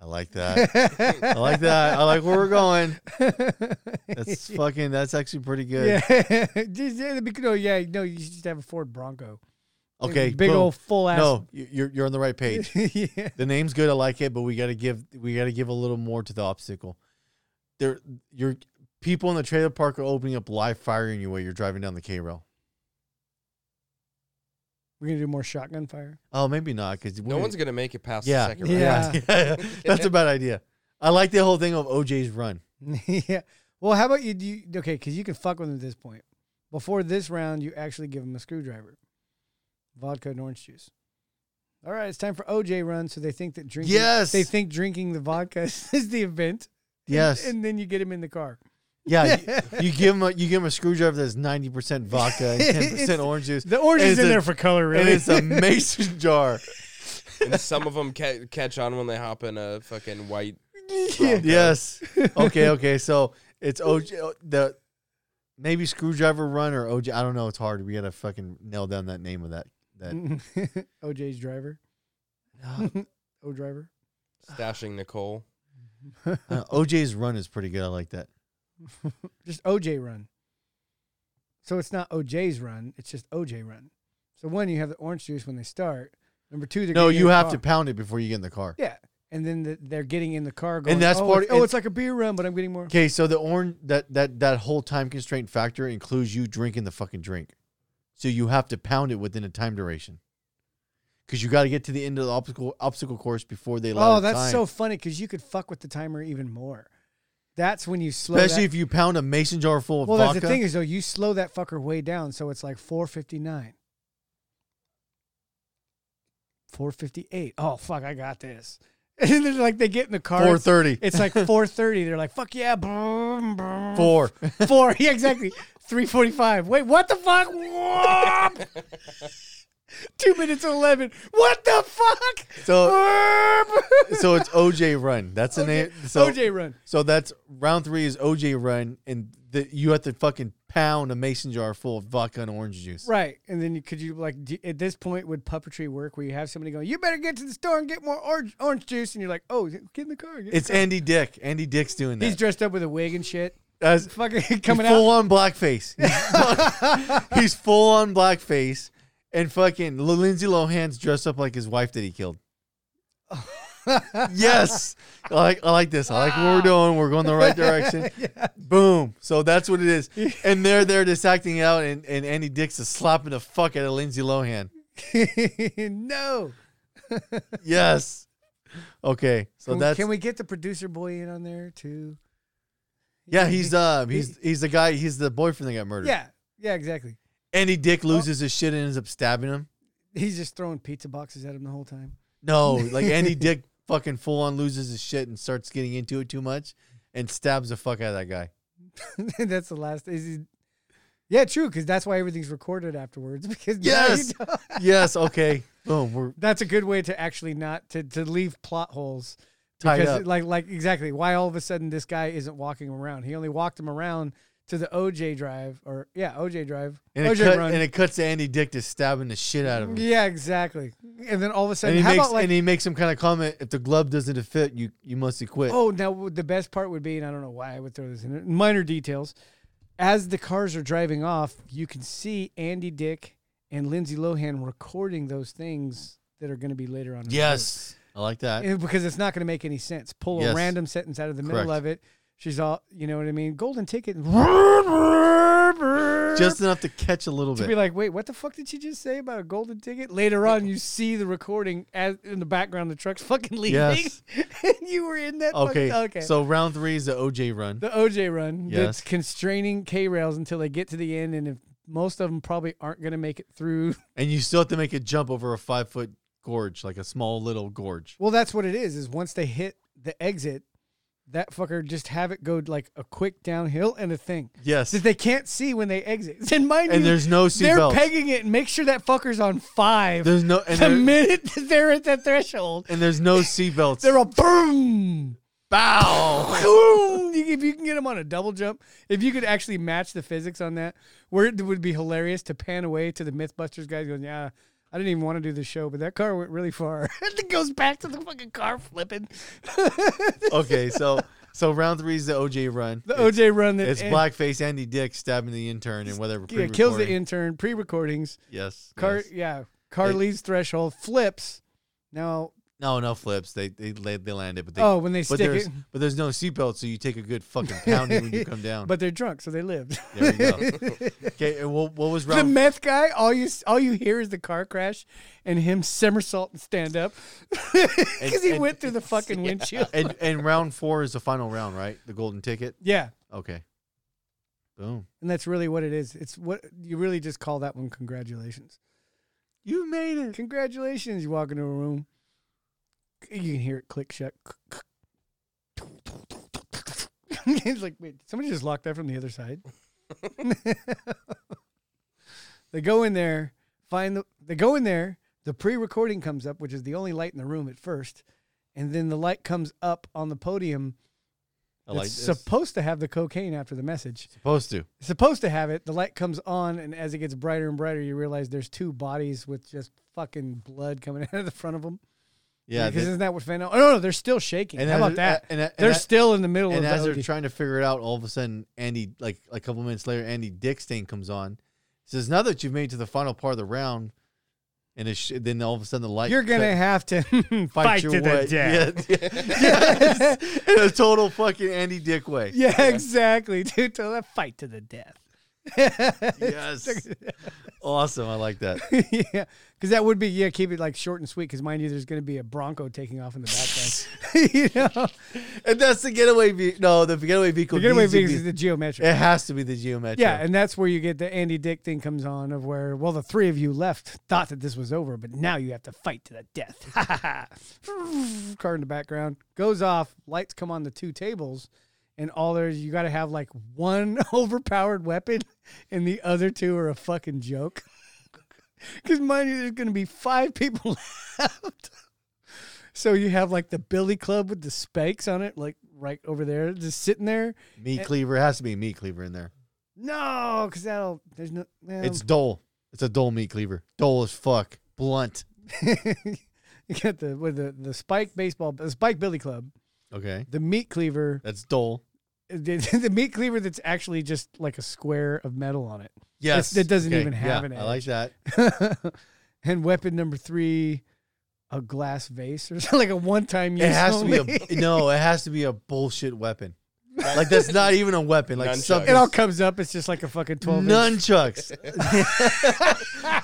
C: I like that. I like that. I like where we're going. That's fucking. That's actually pretty good.
D: Yeah. just, yeah, the big- no, yeah, no, you should just have a Ford Bronco. Like
C: Okay.
D: a Big
C: boom.
D: old full ass.
C: No, you- you're you're on the right page.
D: yeah.
C: The name's good. I like it, but we got to give we got to give a little more to the obstacle. There, your people in the trailer park are opening up live fire in you while you're driving down the K rail.
D: We're going to do more shotgun fire.
C: Oh, maybe not because
B: No one's gonna make it past the
C: Yeah.
B: second round.
D: Yeah.
C: Yeah, that's a bad idea. I like the whole thing of OJ's run.
D: yeah. Well, how about you? Do you okay, because you can fuck with them at this point. Before this round, you actually give them a screwdriver, vodka and orange juice. All right, it's time for OJ run. So they think that drinking.
C: Yes.
D: They think drinking the vodka is the event. and-
C: Yes.
D: And then you get him in the car.
C: yeah, you, you give him a, you give him a screwdriver that's ninety percent vodka and ten
D: It's-
C: percent orange juice,
D: The orange
C: And
D: is
C: it's
D: in
C: a-
D: there for color, really.
C: and it's a mason jar.
B: And some of them ca- catch on when they hop in a fucking white.
D: yeah.
C: Yes. Okay. Okay. So it's OJ the maybe screwdriver run or OJ. I don't know. It's hard. We gotta fucking nail down that name of that. That
D: OJ's driver. Mm. O driver.
B: Stashing Nicole.
C: Uh, OJ's run is pretty good. I like that.
D: Just OJ run. So it's not OJ's run. It's just OJ run. So one, you have the orange juice when they start. Number two, they're
C: No,
D: getting in
C: you
D: the
C: have
D: car.
C: to pound it before you get in the car.
D: Yeah, and then the, they're getting in the car. Going,
C: that's
D: oh,
C: part-
D: It's, oh, it's like a beer run, but I'm getting more.
C: Okay, so the orange that that that whole time constraint factor includes you drinking the fucking drink, so you have to pound it within a time duration, because you got to get to the end of the obstacle obstacle course before they. allow
D: Oh, that's
C: time.
D: so funny because you could fuck with the timer even more. That's when you slow.
C: Especially
D: that,
C: if you pound a mason jar full of
D: well,
C: vodka.
D: that's the thing is though, you slow that fucker way down, so it's like four fifty nine. 458. Oh fuck, I got this. And then like they get in the car.
C: Four thirty.
D: It's like 4:30. They're like, "Fuck yeah!" Boom, boom.
C: Four.
D: Four. Yeah, exactly. 3:45. Wait, what the fuck? Whoop. Two minutes and eleven. What the fuck?
C: So
D: Burp.
C: so it's OJ Run. That's the name. So
D: OJ run.
C: So that's round three is OJ Run, and the, you have to fucking pound a mason jar full of vodka and orange juice.
D: Right, and then you- could you like d at this point would puppetry work where you have somebody going, "You better get to the store and get more orange orange juice," and you're like, "Oh, get in the car." Get in
C: It's
D: the car."
C: Andy Dick. Andy Dick's doing that.
D: he's dressed up with a wig and shit,
C: That's-
D: fucking coming
C: he's full
D: out.
C: on blackface. he's full on blackface, and fucking Lindsay Lohan's dressed up like his wife that he killed. yes, I like I like this. I like what we're doing. We're going the right direction. Boom. So that's what it is. And they're there just acting out, and, and Andy Dick's is slapping the fuck out of Lindsay Lohan.
D: no,
C: Yes. Okay. So
D: can, we-
C: that's
D: can we get the producer boy in on there too?
C: yeah. He's uh he's he's the guy. He's the boyfriend that got murdered.
D: Yeah, Oh. yeah, exactly.
C: Andy Dick loses his shit and ends up stabbing him.
D: He's just throwing pizza boxes at him the whole time.
C: No, like Andy Dick fucking full on loses his shit and starts getting into it too much and stabs the fuck out of that guy.
D: that's the last. Is he, yeah, true, because that's why everything's recorded afterwards. Because now you
C: Yes.
D: know.
C: Yes, okay. Boom. We're
D: that's a good way to actually not to, to leave plot holes
C: Tied
D: because
C: up.
D: it- like like exactly why all of a sudden this guy isn't walking around he only walked him around to the OJ drive or yeah OJ drive
C: and it,
D: OJ
C: cut,
D: run
C: and it cuts to Andy Dick just stabbing the shit out of him.
D: yeah exactly and then all of a
C: And
D: sudden
C: he
D: how
C: makes
D: about like
C: and he makes some kind of comment if the glove doesn't fit, you you must quit.
D: oh now w- the best part would be and I don't know why I would throw this in there, minor details as the cars are driving off you can see Andy Dick and Lindsay Lohan recording those things that are going to be later on in the show.
C: Yes. I like that.
D: Yeah, because it's not going to make any sense. Pull
C: Yes.
D: a random sentence out of the middle
C: Correct.
D: of it. She's all, you know what I mean? Golden ticket.
C: Just enough to catch a little
D: to be
C: bit.
D: like, wait, what the fuck did she just say about a golden ticket? Later on, you see the recording as in the background, the truck's fucking leaving,
C: Yes.
D: and you were in that.
C: Okay.
D: fucking, okay.
C: So round three is the OJ run.
D: the OJ run
C: Yes.
D: that's constraining K rails until they get to the end, and if most of them probably aren't going to make it through.
C: And you still have to make a jump over a five foot gorge, like a small little gorge.
D: Well, that's what it is. Is once they hit the exit, that fucker just have it go like a quick downhill and a thing.
C: Yes.
D: that they can't see when they exit. And mind
C: And
D: you,
C: there's no
D: they're
C: seatbelt.
D: pegging it and make sure that fucker's on five.
C: There's no and
D: the
C: there-
D: minute that they're at that threshold,
C: and there's no seatbelts.
D: they're all boom,
C: bow.
D: boom. You- if you can get them on a double jump, if you could actually match the physics on that, where it would be hilarious to pan away to the MythBusters guys going, yeah. I didn't even want to do this show, but that car went really far. and it goes back to the fucking car flipping.
C: okay, so so round three is the OJ run.
D: The
C: It's-
D: OJ run that
C: It's
D: and-
C: blackface Andy Dick stabbing the intern and whatever.
D: yeah, kills the
C: pre-recording.
D: intern, pre recordings,
C: Yes.
D: car
C: yes.
D: yeah. Car
C: It-
D: leaves threshold, flips. Now
C: No, no flips. They they la- they land it, but they
D: Oh, when they
C: but
D: stick
C: there's
D: it.
C: but there's no seatbelt, so you take a good fucking pounding when you come down.
D: But they're drunk, so they lived.
C: there you go. okay, and what, what was
D: the
C: round?
D: meth guy, all you all you hear is the car crash and him somersault and stand up because he
C: and-
D: went through the fucking windshield.
C: and and round four is the final round, right? The golden ticket.
D: Yeah,
C: Okay. Boom.
D: and that's really what it is. It's what you really just call that one. Congratulations,
C: You made it.
D: congratulations. You walk into a room, you can hear it click shut. He's like, wait, somebody just locked that from the other side. They go in there, find the. They go in there. The pre-recording comes up, which is the only light in the room at first, and then the light comes up on the podium.
C: I
D: It's
C: like this.
D: supposed to have the cocaine after the message.
C: supposed to.
D: It's supposed to have it. The light comes on, and as it gets brighter and brighter, you realize there's two bodies with just fucking blood coming out of the front of them.
C: Yeah.
D: because
C: they-
D: isn't that what Fano? Oh no, no, they're still shaking.
C: And
D: How
C: as
D: about
C: it-
D: that?
C: and- and-
D: they're
C: and-
D: still in the middle
C: and
D: of
C: as
D: the
C: they're
D: OD.
C: trying to figure it out, all of a sudden Andy, like a couple minutes later, Andy Dickstein comes on, says, "Now that you've made it to the final part of the round, and it sh- then all of a sudden the light
D: You're gonna
C: cut-
D: have to fight,
C: your
D: to
C: way.
D: the death.
C: Yeah, yes. in a total fucking Andy Dick way.
D: Yeah, exactly, dude. So that fight to the death.
C: Yes, awesome. I like that.
D: yeah, because that would be yeah. Keep it like short and sweet. Because mind you, there's going to be a Bronco taking off in the background. you know,
C: And that's the getaway vehicle. No, the getaway vehicle.
D: the getaway
C: needs to
D: vehicles is
C: be-
D: the geometric.
C: it has to be the geometric.
D: yeah, and that's where you get the Andy Dick thing comes on of where well the three of you left thought that this was over, but now you have to fight to the death. Car in the background goes off. Lights come on the two tables. And all there's you got to have like one overpowered weapon, and the other two are a fucking joke. Because mind you, there's going to be five people left. So you have like the billy club with the spikes on it, like right over there, just sitting there.
C: Meat cleaver has to be a meat cleaver in there.
D: No, because that'll there's no. well,
C: It's dull. It's a dull meat cleaver. Dull as fuck. Blunt.
D: you got the with the the spike baseball, the spike billy club,
C: Okay,
D: the meat cleaver,
C: that's dull.
D: the, the meat cleaver that's actually just like a square of metal on it.
C: Yes,
D: that doesn't even have an
C: I like
D: edge.
C: that.
D: and weapon number three, a glass vase or something like a one-time use.
C: It has to be
D: only.
C: a no. It has to be a bullshit weapon. Like that's not even a weapon. Like
B: Nunchucks.
C: something.
D: It all comes up. It's just like a fucking twelve. inch.
C: nunchucks.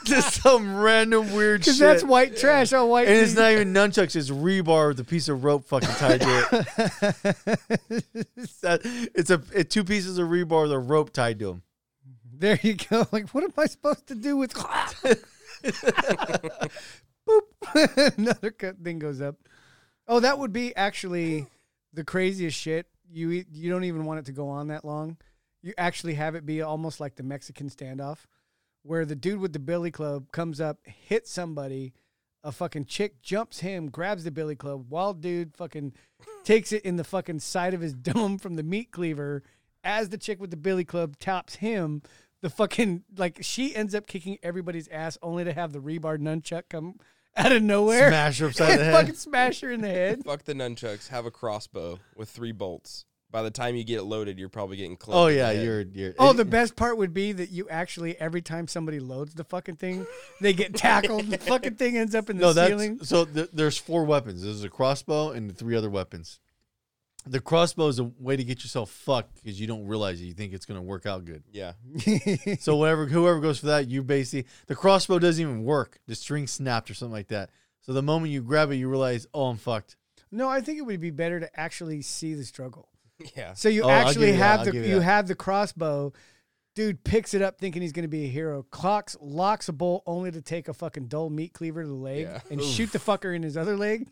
C: Just some random weird shit.
D: Because that's white trash. All white.
C: and it's
D: meat.
C: not even nunchucks. It's rebar with a piece of rope fucking tied to it. it's, that, it's a it, two pieces of rebar with a rope tied to them.
D: There you go. Like, what am I supposed to do with? Boop. Another cut thing goes up. Oh, that would be actually the craziest shit. You e- you don't even want it to go on that long. You actually have it be almost like the Mexican standoff, where the dude with the billy club comes up, hits somebody. A fucking chick jumps him, grabs the billy club. Wild dude fucking takes it in the fucking side of his dome from the meat cleaver. As the chick with the billy club tops him, the fucking like she ends up kicking everybody's ass, only to have the rebar nunchuck come out of nowhere
C: Smash her upside the
D: and
C: head.
D: fucking smash her in the head.
B: Fuck the nunchucks. Have a crossbow with three bolts. By the time you get it loaded, you're probably getting close.
C: Oh yeah, you're you're.
D: Oh, the best part would be that you actually every time somebody loads the fucking thing, they get tackled. the fucking thing ends up in the
C: no. That's
D: ceiling.
C: so. Th- there's four weapons. There's a crossbow and three other weapons. The crossbow is a way to get yourself fucked because you don't realize it. You think it's gonna work out good.
B: yeah.
C: So whatever, whoever goes for that, you basically the crossbow doesn't even work. The string snapped or something like that. So the moment you grab it, you realize, oh, I'm fucked.
D: No, I think it would be better to actually see the struggle.
B: Yeah.
D: So you
C: Oh, I'll
D: actually
C: give you that,
D: have
C: I'll
D: the
C: give
D: you,
C: you that.
D: have the crossbow. Dude picks it up thinking he's going to be a hero. Clocks locks a bolt only to take a fucking dull meat cleaver to the leg
B: Yeah.
D: and shoot the fucker in his other leg.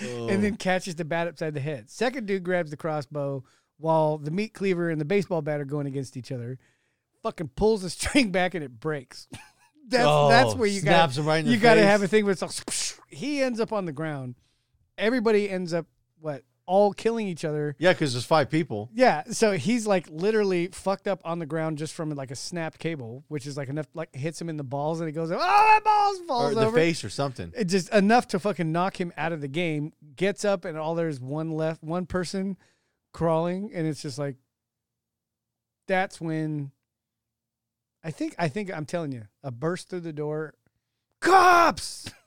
D: and then catches the bat upside the head. Second dude grabs the crossbow while the meat cleaver and the baseball bat are going against each other. Fucking pulls the string back and it breaks. that's that's
C: Oh,
D: where you got
C: snaps him right in the
D: you got to
C: face.
D: have a thing where it's like, he ends up on the ground. Everybody ends up what all killing each other.
C: Yeah, because there's five people.
D: Yeah, so he's like literally fucked up on the ground just from like a snapped cable, which is like enough like hits him in the balls and it goes oh my balls
C: Or
D: falls
C: the
D: over
C: face or something.
D: it just enough to fucking knock him out of the game. Gets up and all there's one left, one person crawling, and it's just like that's when I think I think I'm telling you a burst through the door, cops.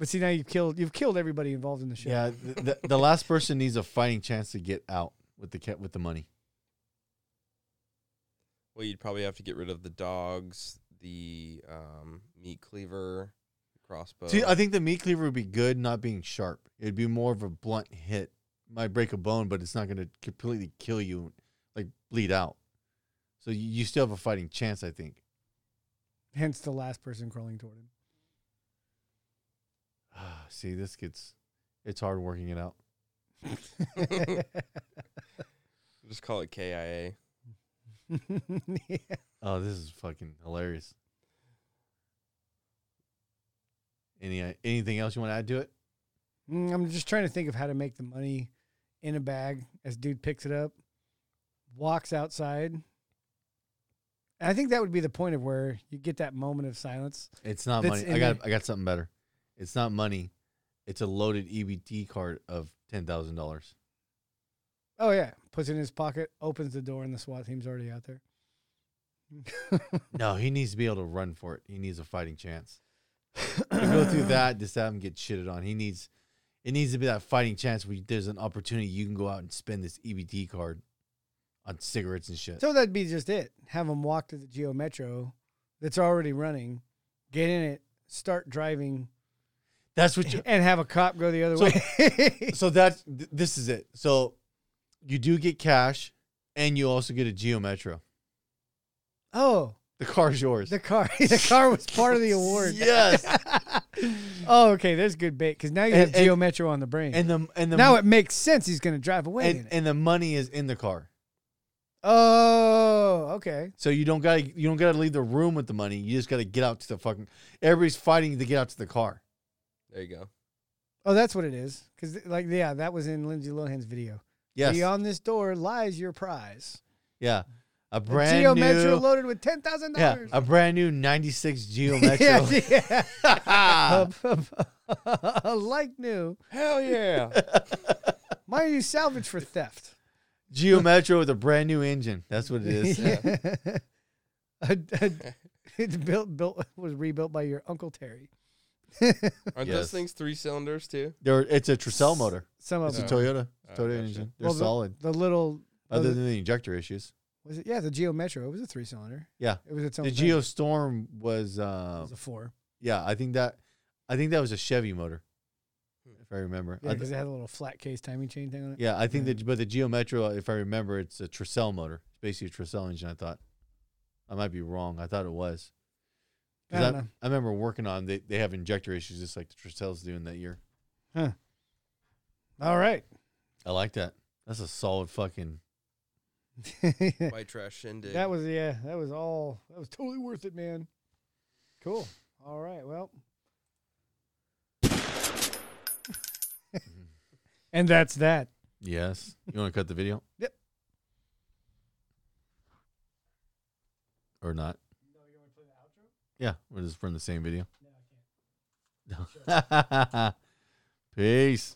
D: But see now you've killed you've killed everybody involved in the show.
C: Yeah, the, the, the last person needs a fighting chance to get out with the ca- with the money.
B: Well, you'd probably have to get rid of the dogs, the um, meat cleaver, crossbow.
C: See, I think the meat cleaver would be good, not being sharp. It'd be more of a blunt hit. Might break a bone, but it's not going to completely kill you, like bleed out. So you, you still have a fighting chance, I think.
D: Hence the last person crawling toward him.
C: Ah, See, this gets it's hard working it out.
B: Just call it KIA.
C: Oh, this is fucking hilarious. Any uh, anything else you want to add to it?
D: Mm, I'm just trying to think of how to make the money in a bag as dude picks it up, walks outside. And I think that would be the point of where you get that moment of silence.
C: It's not
D: That's
C: money. I
D: in
C: got
D: the-
C: I got something better. It's not money. It's a loaded EBT card of ten thousand dollars.
D: Oh yeah, puts it in his pocket, opens the door, and the SWAT team's already out there.
C: No, he needs to be able to run for it. He needs a fighting chance. To go through that, just have him get shitted on. He needs it needs to be that fighting chance where there's an opportunity you can go out and spend this EBT card on cigarettes and shit.
D: So that'd be just it. Have him walk to the Geo Metro that's already running, get in it, start driving,
C: That's what you
D: and have a cop go the other
C: So-
D: way.
C: so that's th- this is it. So you do get cash, and you also get a Geo Metro.
D: oh,
C: The car's yours.
D: the car the car was part of the award.
C: yes,
D: Oh, okay. There's good bait because now you
C: And-
D: have Geo
C: and-
D: Metro on the brain.
C: and the and the
D: now it makes sense. He's going to drive away. in
C: and,
D: it.
C: and the money is in the car.
D: Oh, okay.
C: So you don't gotta you don't gotta leave the room with the money. You just gotta get out to the fucking. Everybody's fighting to get out to the car.
B: There you go.
D: Oh, that's what it is. Because like, yeah, that was in Lindsay Lohan's video.
C: Yes.
D: Beyond this door lies your prize.
C: Yeah. A
D: A
C: brand
D: Geo
C: new.
D: Metro loaded with ten thousand
C: yeah.
D: dollars.
C: A brand new '96 Geo Metro.
D: yeah. like new.
B: Hell yeah.
D: Mine you salvage for theft.
C: Geo Metro with a brand new engine. That's what it is.
D: A- a- it's built built was rebuilt by your uncle Terry.
B: Aren't
C: Yes.
B: those things three cylinders too?
C: There, it's a Tricell motor.
D: Some
C: It's
D: of
C: a
D: them.
B: Oh.
C: Toyota.
B: Oh,
C: Toyota
B: gotcha.
C: engine. They're
D: Well, the-
C: solid.
D: The little
C: Other
D: the-
C: than the injector issues.
D: was it yeah the Geo Metro. It was a three cylinder.
C: Yeah.
D: It was its own.
C: The
D: thing.
C: Geo Storm was,
D: It
C: uh,
D: was a four.
C: yeah, I think that, I think that was a Chevy motor,
B: Hmm.
C: if I remember.
D: Yeah,
C: I th-
D: because it had a little flat case timing chain thing on it.
C: yeah, I think that, but the Geo Metro, if I remember, it's a Tricell motor. It's basically a Tricell engine. I thought, I might be wrong. I thought it was. 'Cause
D: I don't know.
C: I remember working on they they have injector issues just like the Tricells doing that year.
D: All right.
C: I like that. That's a solid fucking.
B: White trash shindig.
D: That was yeah. That was all. That was totally worth it, man. Cool. All right. Well. and that's that.
C: Yes. You want to cut the video?
D: Yep.
C: Or not? Yeah, we'll just run the same video. No, Peace.